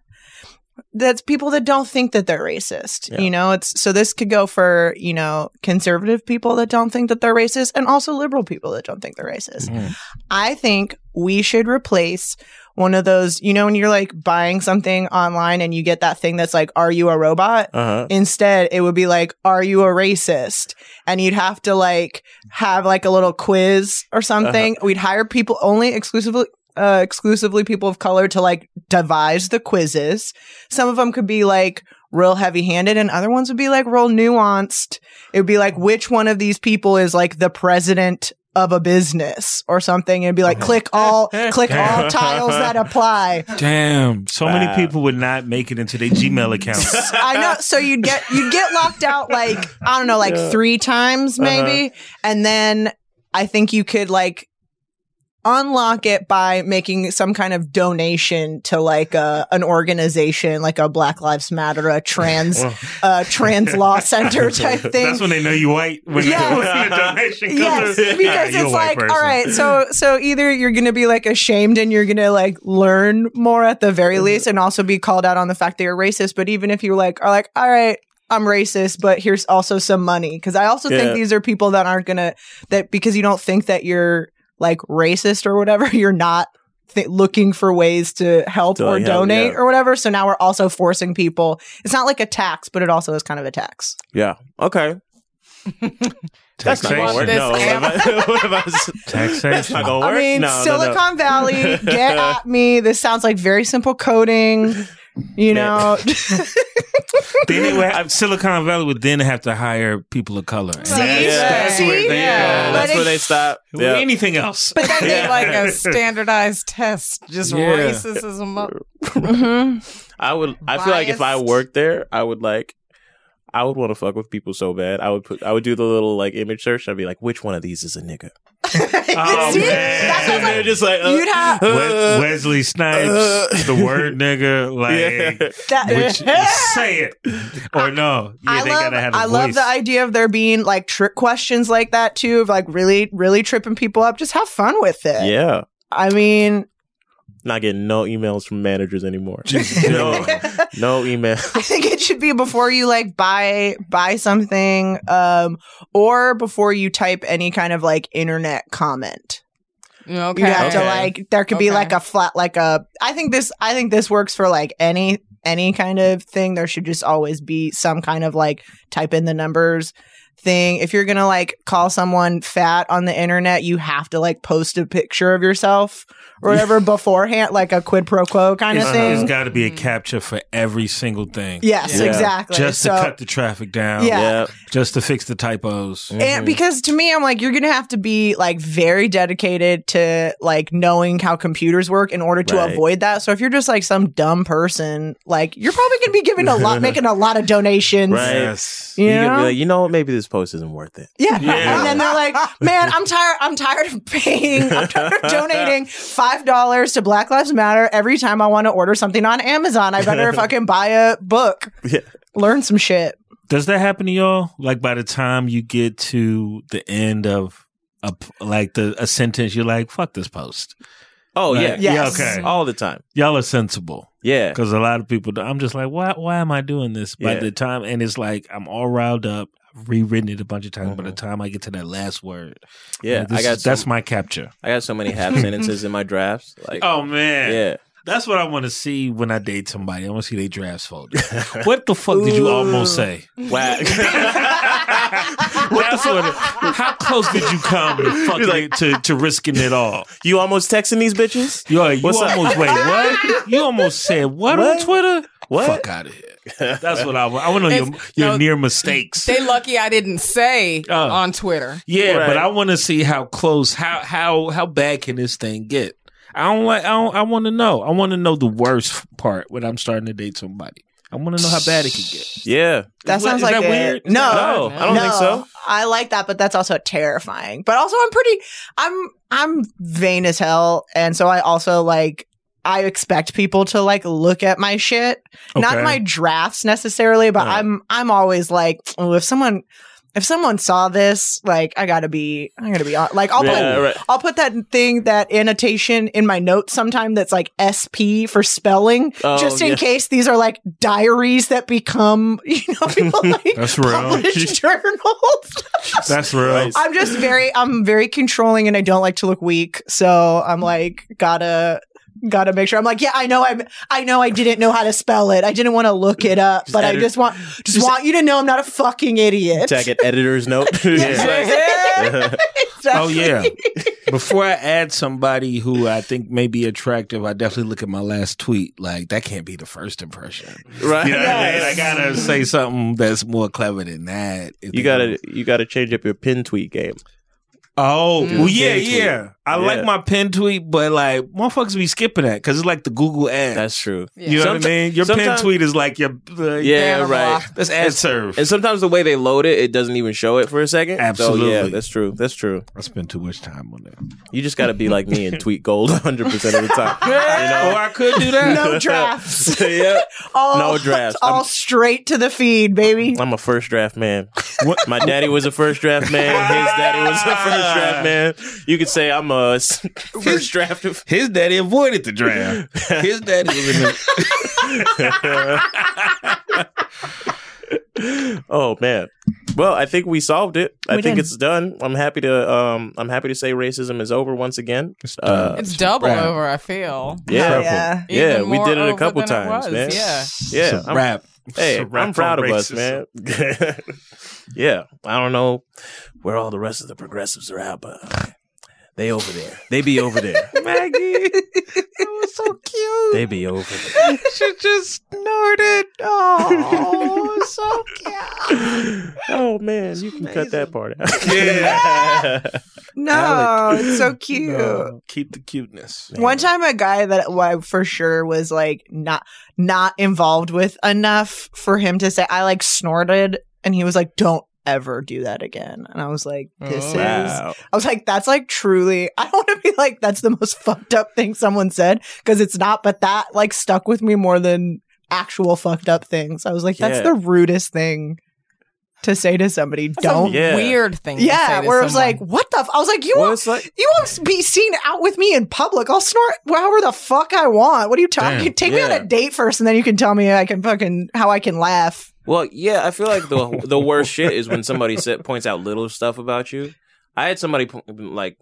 S6: That's people that don't think that they're racist.
S3: Yeah.
S6: You know, it's so this could go for, you know, conservative people that don't think that they're racist and also liberal people that don't think they're racist.
S3: Mm-hmm.
S8: Mm-hmm.
S5: Mhm.
S6: I think we should replace one of those, you know, when you're like buying something online and you get that thing that's like, are you a robot?
S3: Uh-huh.
S6: Instead, it would be like, are you a racist? And you'd have to like have like a little quiz or something. We'd hire people only exclusively. Uh, exclusively people of color to like devise the quizzes. Some of them could be like real heavy handed and other ones would be like real nuanced. It would be like, which one of these people is like the president of a business or something? It'd be like, click all, click all tiles that apply.
S5: Damn, so
S3: Wow.
S5: many people would not make it into their Gmail accounts.
S6: I know. So you'd get you'd get locked out like I don't know, like
S3: Yeah.
S6: three times maybe, and then I think you could like unlock it by making some kind of donation to like a, an organization, like a Black Lives Matter, a trans, uh, trans law center type thing.
S8: That's when they know you white. When when
S6: Yes.
S8: the donation comes
S6: Yes,
S8: in. All right,
S6: because
S8: you a
S6: it's
S8: white
S6: like,
S8: person.
S6: all right, so so either you're gonna be like ashamed and you're gonna like learn more at the very
S3: Mm-hmm.
S6: least, and also be called out on the fact that you're racist. But even if you like are like, all right, I'm racist, but here's also some money because I also
S3: Yeah.
S6: think these are people that aren't gonna that because you don't think that you're like racist or whatever, you're not. Th- looking for ways to help
S3: To,
S6: or
S3: like, help,
S6: donate
S3: yeah.
S6: or whatever. So now we're also forcing people. It's not like a tax, but it also is kind of a tax.
S3: Yeah. Okay. That's not gonna work.
S4: This
S3: No. What if I- what if I was- That's
S8: Taxation.
S3: not gonna work.
S6: I mean,
S3: No, no, no.
S6: Silicon Valley, get at me. This sounds like very simple coding. You know,
S5: Then they would have, Silicon Valley would then have to hire people of color. And
S4: Yeah.
S3: Yeah.
S4: That's
S6: See?
S4: where they go.
S3: Yeah,
S6: But
S3: that's
S6: it-
S3: where they stop. Yeah.
S5: Anything else?
S4: But then they
S3: Yeah.
S4: like a standardized test, just
S5: Yeah.
S4: racism up.
S3: I would. I feel like if I
S4: Biased.
S3: worked there, I would like. I would want to fuck with people so bad. I would put. I would do the little like image search. I'd be like, which one of these is a nigga?
S8: Oh, man.
S6: See? That's what
S3: And
S6: I'm like,
S3: they're just like, uh,
S6: you'd have
S3: uh,
S8: Wes- Wesley Snipes,
S3: uh,
S8: the word nigga, like
S3: yeah.
S6: that.
S8: which say it or no? Yeah,
S6: I
S8: they
S6: love,
S8: gotta have a
S6: I love
S8: voice.
S6: the idea of there being like trick questions like that too, of like really, really tripping people up. Just have fun with it.
S3: yeah.
S6: I mean,
S3: Not getting no emails from managers anymore.
S5: Jesus.
S3: no, no email.
S6: I think it should be before you like buy buy something, um, or before you type any kind of like internet comment.
S4: Okay.
S6: You have to like there could be
S4: Okay.
S6: like a flat like a I think this I think this works for like any any kind of thing. There should just always be some kind of like type in the numbers thing. If you're gonna like call someone fat on the internet, you have to like post a picture of yourself or whatever beforehand, like a quid pro quo kind of
S5: It's- it's
S6: thing.
S5: got to be a
S3: Mm-hmm.
S5: capture for every single thing.
S6: Yes,
S3: Yeah.
S6: exactly.
S5: Just
S6: so,
S5: to cut the traffic down.
S6: Yeah.
S3: Yeah.
S5: Just to fix the typos.
S3: Mm-hmm.
S6: And because to me, I'm like, you're gonna have to be like very dedicated to like knowing how computers work in order to
S3: Right.
S6: avoid that. So if you're just like some dumb person, like you're probably gonna be giving a lot, making a lot of donations.
S3: Right.
S5: Yes.
S6: You
S3: You could
S6: know?
S3: be like, you know what? Maybe this post isn't worth it.
S6: yeah.
S5: Yeah.
S6: and then they're like, "Man, I'm tired. I'm tired of paying. I'm tired of donating five dollars to Black Lives Matter every time I want to order something on Amazon. I better fucking buy a book,
S3: Yeah.
S6: learn some shit."
S5: Does that happen to y'all? Like by the time you get to the end of a p- like the a sentence, you're like, "Fuck this post."
S3: Oh
S5: Like,
S3: yeah.
S6: Yes.
S5: Yeah. Okay.
S3: All the time.
S5: Y'all are sensible
S3: Yeah.
S5: because a lot of people. do- I'm just like, why? Why am I doing this? By
S3: Yeah.
S5: the time, and it's like I'm all riled up. I've rewritten it a bunch of times. By the time I get to that last word,
S3: Mm-hmm. Yeah.
S5: like, this
S3: I got
S5: is- that's
S3: so,
S5: my capture.
S3: I got so many half sentences in my drafts. Like
S5: Oh man,
S3: yeah.
S5: That's what I want to see when I date somebody. I want to see their drafts folder. what the fuck did you almost say?
S3: Wow.
S5: That's what. How close did you come to fucking to, to risking it all?
S3: you almost texting these bitches?
S5: You, you
S3: What's up?
S5: almost wait. What? You almost said
S3: What?
S5: what, on Twitter?
S3: What?
S5: Fuck out of here. That's what I want. I want to know your,
S4: It's-
S5: your
S4: no.
S5: near mistakes.
S4: They lucky I didn't say
S5: Oh.
S4: on Twitter.
S5: yeah,
S3: Right.
S5: but I want to see how close, how how how bad can this thing get? I don't like. I don't, I want to know. I want to know the worst part when I'm starting to date somebody. I want to know how bad it can get.
S3: Yeah.
S6: That
S5: What-
S6: sounds
S5: is
S6: like
S5: that
S6: it.
S5: weird? Is
S6: No,
S3: that weird? No, I don't think so.
S6: I like that, but that's also terrifying. But also, I'm pretty. I'm I'm vain as hell, and so I also like. I expect people to like look at my shit, not
S5: Okay.
S6: my drafts necessarily, but
S3: Right.
S6: I'm I'm always like, oh, if someone if someone saw this, like I gotta be I gotta be on. Like I'll
S3: Yeah,
S6: put
S3: right.
S6: I'll put that thing that annotation in my notes sometime that's like SP for spelling,
S3: Oh,
S6: just in
S3: yeah.
S6: case these are like diaries that become you know people like
S5: That's real.
S6: published journals.
S5: That's real.
S6: I'm just very I'm very controlling and I don't like to look weak, so I'm like gotta gotta make sure I'm like yeah I know I'm I know I didn't know how to spell it I didn't want to look it up but I
S3: edit-
S6: just want just, want you to know I'm not a fucking idiot.
S3: Tag it editor's note.
S5: Oh yeah. Before I add somebody who I think may be attractive, I definitely look at my last tweet. Like that can't be the first impression.
S3: Right.
S5: You know what I mean? I gotta say something that's more clever than that. If
S3: You
S5: they-
S3: gotta you gotta change up your pin tweet game.
S7: Oh,
S3: Do
S7: well,
S3: the
S7: yeah,
S3: pin tweet.
S7: yeah. I
S3: Yeah.
S7: like my pin tweet, but like motherfuckers be skipping that because it's like the Google ad.
S3: That's true.
S4: Yeah.
S7: you know
S3: Someti-
S7: what I mean. Your pin
S3: sometime-
S7: tweet is like your uh,
S3: Yeah,
S4: Damn,
S3: right.
S7: That's ad serve.
S3: And sometimes the way they load it, it doesn't even show it for a second. So, yeah,
S7: Absolutely.
S3: that's true. That's true.
S7: I spend too much time on that.
S3: You just got to be like me and tweet gold 100% of the time.
S7: Or Oh, I could do that.
S6: No drafts.
S3: yep.
S6: All,
S3: No drafts.
S6: All
S3: I'm-
S6: straight to the feed, baby.
S3: I'm a first draft man. My daddy was a first draft man. His daddy was a first draft man. You could say I'm a s- first draft. Of-
S7: His daddy avoided the draft. His daddy was in the.
S3: oh man. Well, I think we solved it. I
S6: We
S3: think
S6: did.
S3: it's done. I'm happy to. Um, I'm happy to say racism is over once again. Uh,
S4: It's double
S7: Right.
S4: over, I feel.
S6: Oh,
S3: yeah,
S6: yeah.
S4: Even
S3: yeah. We
S4: more
S3: did it a
S4: over
S3: couple
S4: than it
S3: times,
S4: was,
S3: man.
S4: Yeah.
S3: Yeah,
S7: It's a
S3: I'm-
S7: wrap.
S3: Hey,
S9: It's a wrap
S3: I'm proud of
S9: on
S3: us, man. yeah, I don't know where all the rest of the progressives are at, but they over there. They be over there.
S7: Maggie, that was so cute.
S3: They be over there.
S7: She just snorted. Oh, so cute.
S3: Oh man, you can cut that part out.
S6: No, it's so cute.
S7: Keep the cuteness.
S6: One time, a guy that who I for sure was like not not involved with enough for him to say, I like snorted, and he was like, "Don't ever do that again." And I was like, "This
S4: Oh.
S6: is."
S3: Wow.
S6: I was like, "That's like truly." I don't want to be like, "That's the most fucked up thing someone said," because it's not. But that like stuck with me more than actual fucked up things. I was like, "That's
S3: Yeah.
S6: the rudest thing to say to somebody."
S4: That's
S6: don't.
S4: a
S3: Yeah.
S4: weird thing. to
S6: Yeah,
S4: say to
S6: where it was
S4: someone.
S6: like, what the? F-? I was like, you
S3: Well,
S6: won't,
S3: it's like-
S6: you won't be seen out with me in public. I'll snort however the fuck I want. What are you talking?
S7: Damn,
S6: Take me on
S3: yeah.
S6: a date first, and then you can tell me I can fucking how I can laugh.
S3: Well, yeah, I feel like the the worst shit is when somebody sa points out little stuff about you. I had somebody po- like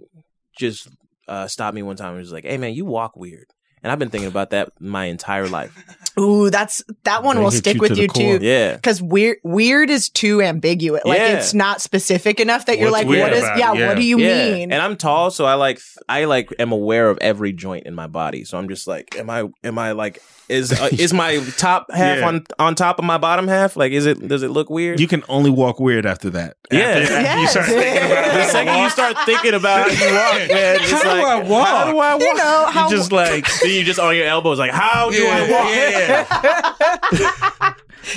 S3: just uh, stop me one time and was like, "Hey, man, you walk weird," and I've been thinking about that my entire life.
S6: Ooh, that's that one
S7: They
S6: will
S7: hit
S6: stick
S7: you
S6: with
S7: to the
S6: you
S7: core.
S6: too.
S3: Yeah,
S6: Because weird, weird is too ambiguous. Like
S3: Yeah.
S6: it's not specific enough that you're
S9: What's
S6: like,
S9: weird
S6: what is?
S9: about it?
S6: Yeah,
S9: Yeah.
S6: what do you
S3: yeah.
S6: mean?
S3: And I'm tall, so I like I like am aware of every joint in my body. So I'm just like, am I am I like is uh, is my top half
S9: Yeah.
S3: on on top of my bottom half? Like, is it does it look weird?
S7: You can only walk weird after that.
S3: yeah.
S9: You start thinking about
S3: The
S9: this
S3: second you start thinking about how you walk, man, it's
S7: How do
S3: like,
S7: I walk?
S3: How do I walk?
S6: you know how?
S7: Just like
S3: then you just on your elbows, like, how do I walk?
S7: yeah.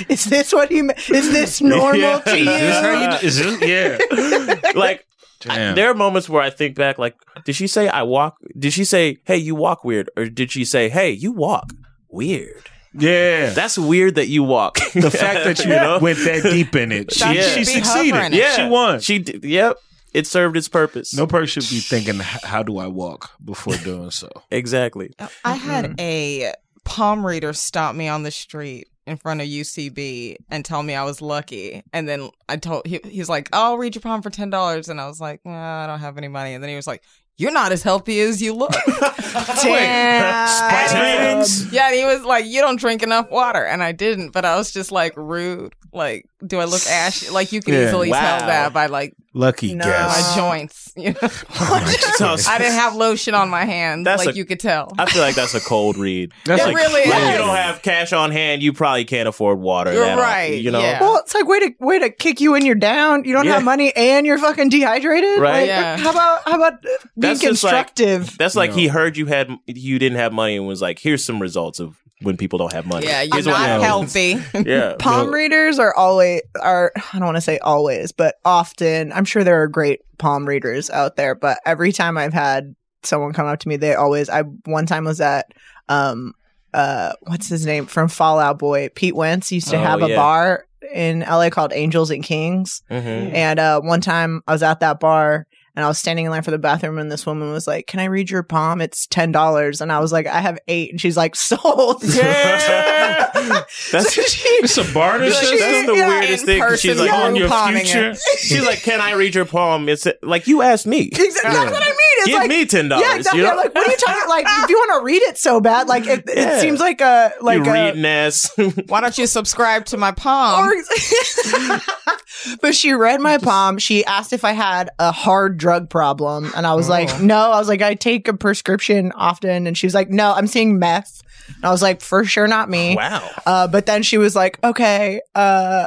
S6: is this what he? ma- Is this normal
S3: Yeah.
S6: to you?
S9: Is this how you do? Is this, yeah.
S3: Like,
S7: Damn.
S3: there are moments where I think back, like, did she say I walk? Did she say, hey, you walk weird? Or did she say, hey, you walk weird?
S7: yeah.
S3: That's weird that you walk.
S7: the fact that you went that deep in it, she,
S3: That
S7: she
S3: should
S4: be hovering
S7: succeeded.
S4: it.
S7: she won.
S3: She, d- yep. It served its purpose.
S7: no person should be thinking, "H- "How do I walk?" before doing so.
S3: Exactly.
S4: I
S3: Mm-hmm.
S4: had a palm reader stop me on the street in front of UCB and tell me I was lucky. And then I told he he's like, "I'll read your palm for ten dollars," and I was like, nah, "I don't have any money." And then he was like, "You're not as healthy as you look."
S6: Damn.
S7: Ratings.
S4: yeah, and he was like, "You don't drink enough water," and I didn't. But I was just like rude. Like, do I look ashy? Like you can
S7: Yeah.
S4: easily
S3: Wow.
S4: tell that by like
S7: Lucky
S6: No.
S7: guess.
S4: my
S6: Uh,
S4: joints. You know?
S3: Sounds-
S4: I didn't have lotion on my hands,
S3: That's
S4: like
S3: a-
S4: you could tell.
S3: I feel like that's a cold read.
S7: That's
S4: it really
S3: Like,
S4: is.
S3: you don't have cash on hand, you probably can't afford water.
S4: You're
S3: that often,
S4: right,
S3: you know?
S4: yeah.
S6: Well, it's like way to way to kick you when you're down. You don't
S3: Yeah.
S6: have money and you're fucking dehydrated.
S3: Right.
S6: Like,
S4: Yeah.
S6: How about how about uh, being
S3: That's just like-
S6: constructive?
S3: That's like he heard you had you didn't have money and was like, here's some results of when people don't have money.
S4: yeah, you're
S3: Here's what
S4: not
S3: happens.
S4: healthy.
S3: Yeah.
S6: Palm readers are always are I don't want to say always, but often I'm sure there are great palm readers out there, but every time I've had someone come up to me, they always I one time was at um uh what's his name from Fallout Boy, Pete Wentz used to
S3: Oh,
S6: have a
S3: yeah.
S6: bar in LA called Angels and Kings.
S3: Mhm.
S6: And uh, one time I was at that bar and I was standing in line for the bathroom and this woman was like, Can I read your palm? It's ten dollars. And I was like, I have eight and she's like, sold.
S3: Yeah.
S6: So
S3: That's,
S6: she-
S7: It's a barter
S3: that's
S6: she-
S7: system
S3: the
S6: yeah,
S3: weirdest
S4: in
S3: thing. 'cause
S4: person,
S3: She's like,
S4: yeah.
S7: on your
S4: palming it.
S7: future.
S3: she's like, can I read your palm? It's like, you asked me.
S6: Exactly. That's what I mean. It's
S3: Give
S6: like,
S3: me $10.
S6: yeah, exactly.
S3: You know?
S6: I'm like, what are you talking? Like, if you want to read it so bad, like it,
S3: Yeah.
S6: it seems like a like uh,
S3: you
S6: a,
S3: reading ass.
S4: Why don't you subscribe to my palm?
S6: Or- but she read my palm. She asked if I had a hard drug problem. And I was
S3: Oh.
S6: like, no. I was like, I take a prescription often. And she was like, no, I'm seeing meth. And I was like, for sure not me.
S3: wow.
S6: Uh, but then she was like, okay, uh,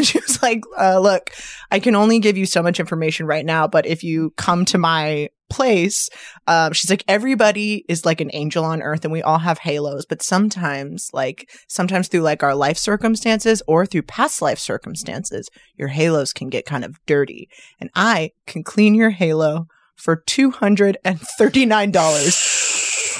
S6: she was like, uh, "Look, I can only give you so much information right now, but if you come to my place, um, she's like, everybody is like an angel on earth, and we all have halos. But sometimes, like sometimes through like our life circumstances or through past life circumstances, your halos can get kind of dirty, and I can clean your halo for two hundred and thirty nine dollars."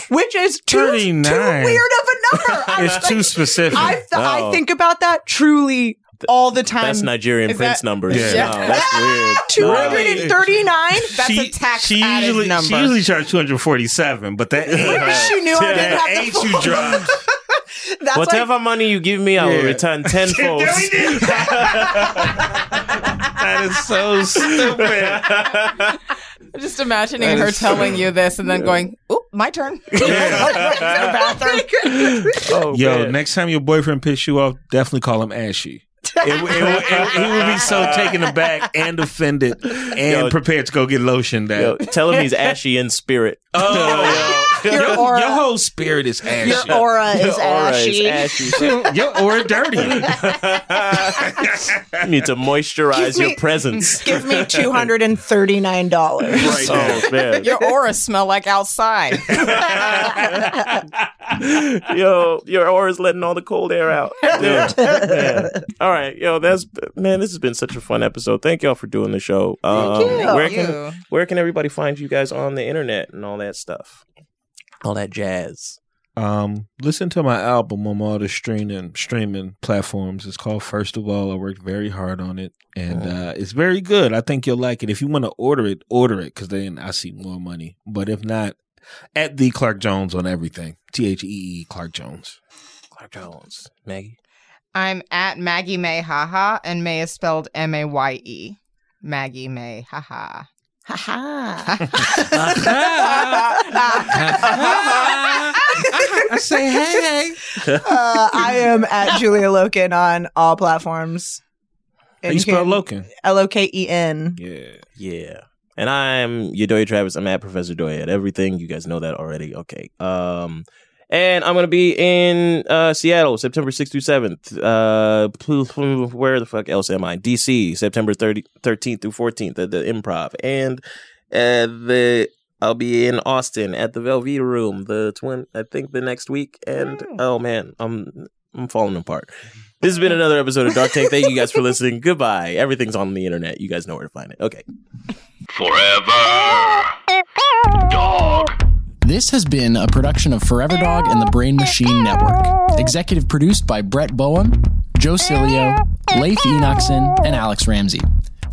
S6: Which is too, too weird
S5: 39.
S6: of a number. I
S10: It's
S6: was
S10: too
S6: like,
S10: specific.
S6: I, th- I
S3: Oh.
S6: think about that truly all the time.
S3: That's Nigerian
S4: Is
S3: prince
S4: that-
S3: numbers.
S10: Yeah.
S3: No, that's weird.
S6: Two hundred and thirty-nine.
S4: That's a tax added
S10: usually,
S4: number.
S10: She usually charged 247, but that ain't her.
S6: She knew I didn't
S10: that
S6: have the
S10: ain't
S6: full-
S10: you dropped.
S6: That's
S3: Whatever
S6: like,
S3: money you give me, I will
S10: Yeah.
S3: return tenfold.
S10: There we did. that is so stupid.
S4: Just imagining her telling you this and then going, "Oop, my turn."
S3: oh,
S5: Yo,
S3: man.
S5: next time your boyfriend pisses you off, definitely call him Ashy.
S10: It, it, it,
S5: he would be so taken aback and offended and
S3: Yo.
S5: prepared to go get lotion down.
S3: Yo, tell him he's ashy in spirit.
S5: Oh, yo.
S6: Your aura-
S5: your whole spirit is ashy.
S6: your aura is ashy.
S5: Your aura dirty.
S3: you need to moisturize
S6: Give me-
S3: your presence.
S6: Give me two hundred and thirty-nine dollars.
S10: Right.
S3: Oh man,
S4: Your aura smell like outside.
S3: yo, your aura's letting all the cold air out. Yeah. Yeah. All right, yo, that's man. This has been such a fun episode. Thank y'all for doing the show. Um,
S6: you.
S3: Where
S4: Thank
S3: can
S4: you.
S3: where can everybody find you guys on the internet and all that stuff, all that jazz?
S5: Um, listen to my album on all the streaming streaming platforms. It's called First of All. I worked very hard on it, and uh, it's very good. I think you'll like it. If you want to order it, order it because then I see more money. But if not, at the Clark Jones on everything. T H E E Clark Jones.
S3: Clark Jones, Maggie.
S4: I'm at Maggie May Haha, and May is spelled M A Y E. Maggie May Haha.
S5: I say hey.
S6: Uh, I am at Julia Loken on all platforms.
S5: How you spell Loken?
S6: L O K E N.
S5: Yeah.
S3: Yeah. And I'm Yodoya Travis. I'm at Professor Doya at everything. You guys know that already. Okay. Um, and I'm gonna be in uh, Seattle September 6th through 7th. Uh, pl- pl- where the fuck else am I? DC September 30, 13th through 14th at the Improv, and uh, the I'll be in Austin at the Velveeta Room the twin. I think the next week. And oh man, I'm I'm falling apart. This has been another episode of Dark Tank. Thank you guys for listening. Goodbye. Everything's on the internet. You guys know where to find it. Okay.
S1: Forever. Dog.
S11: This has been a production of Forever Dog and the Brain Machine Network. Executive produced by Brett Boehm, Joe Cilio, Leif Enochson, and Alex Ramsey.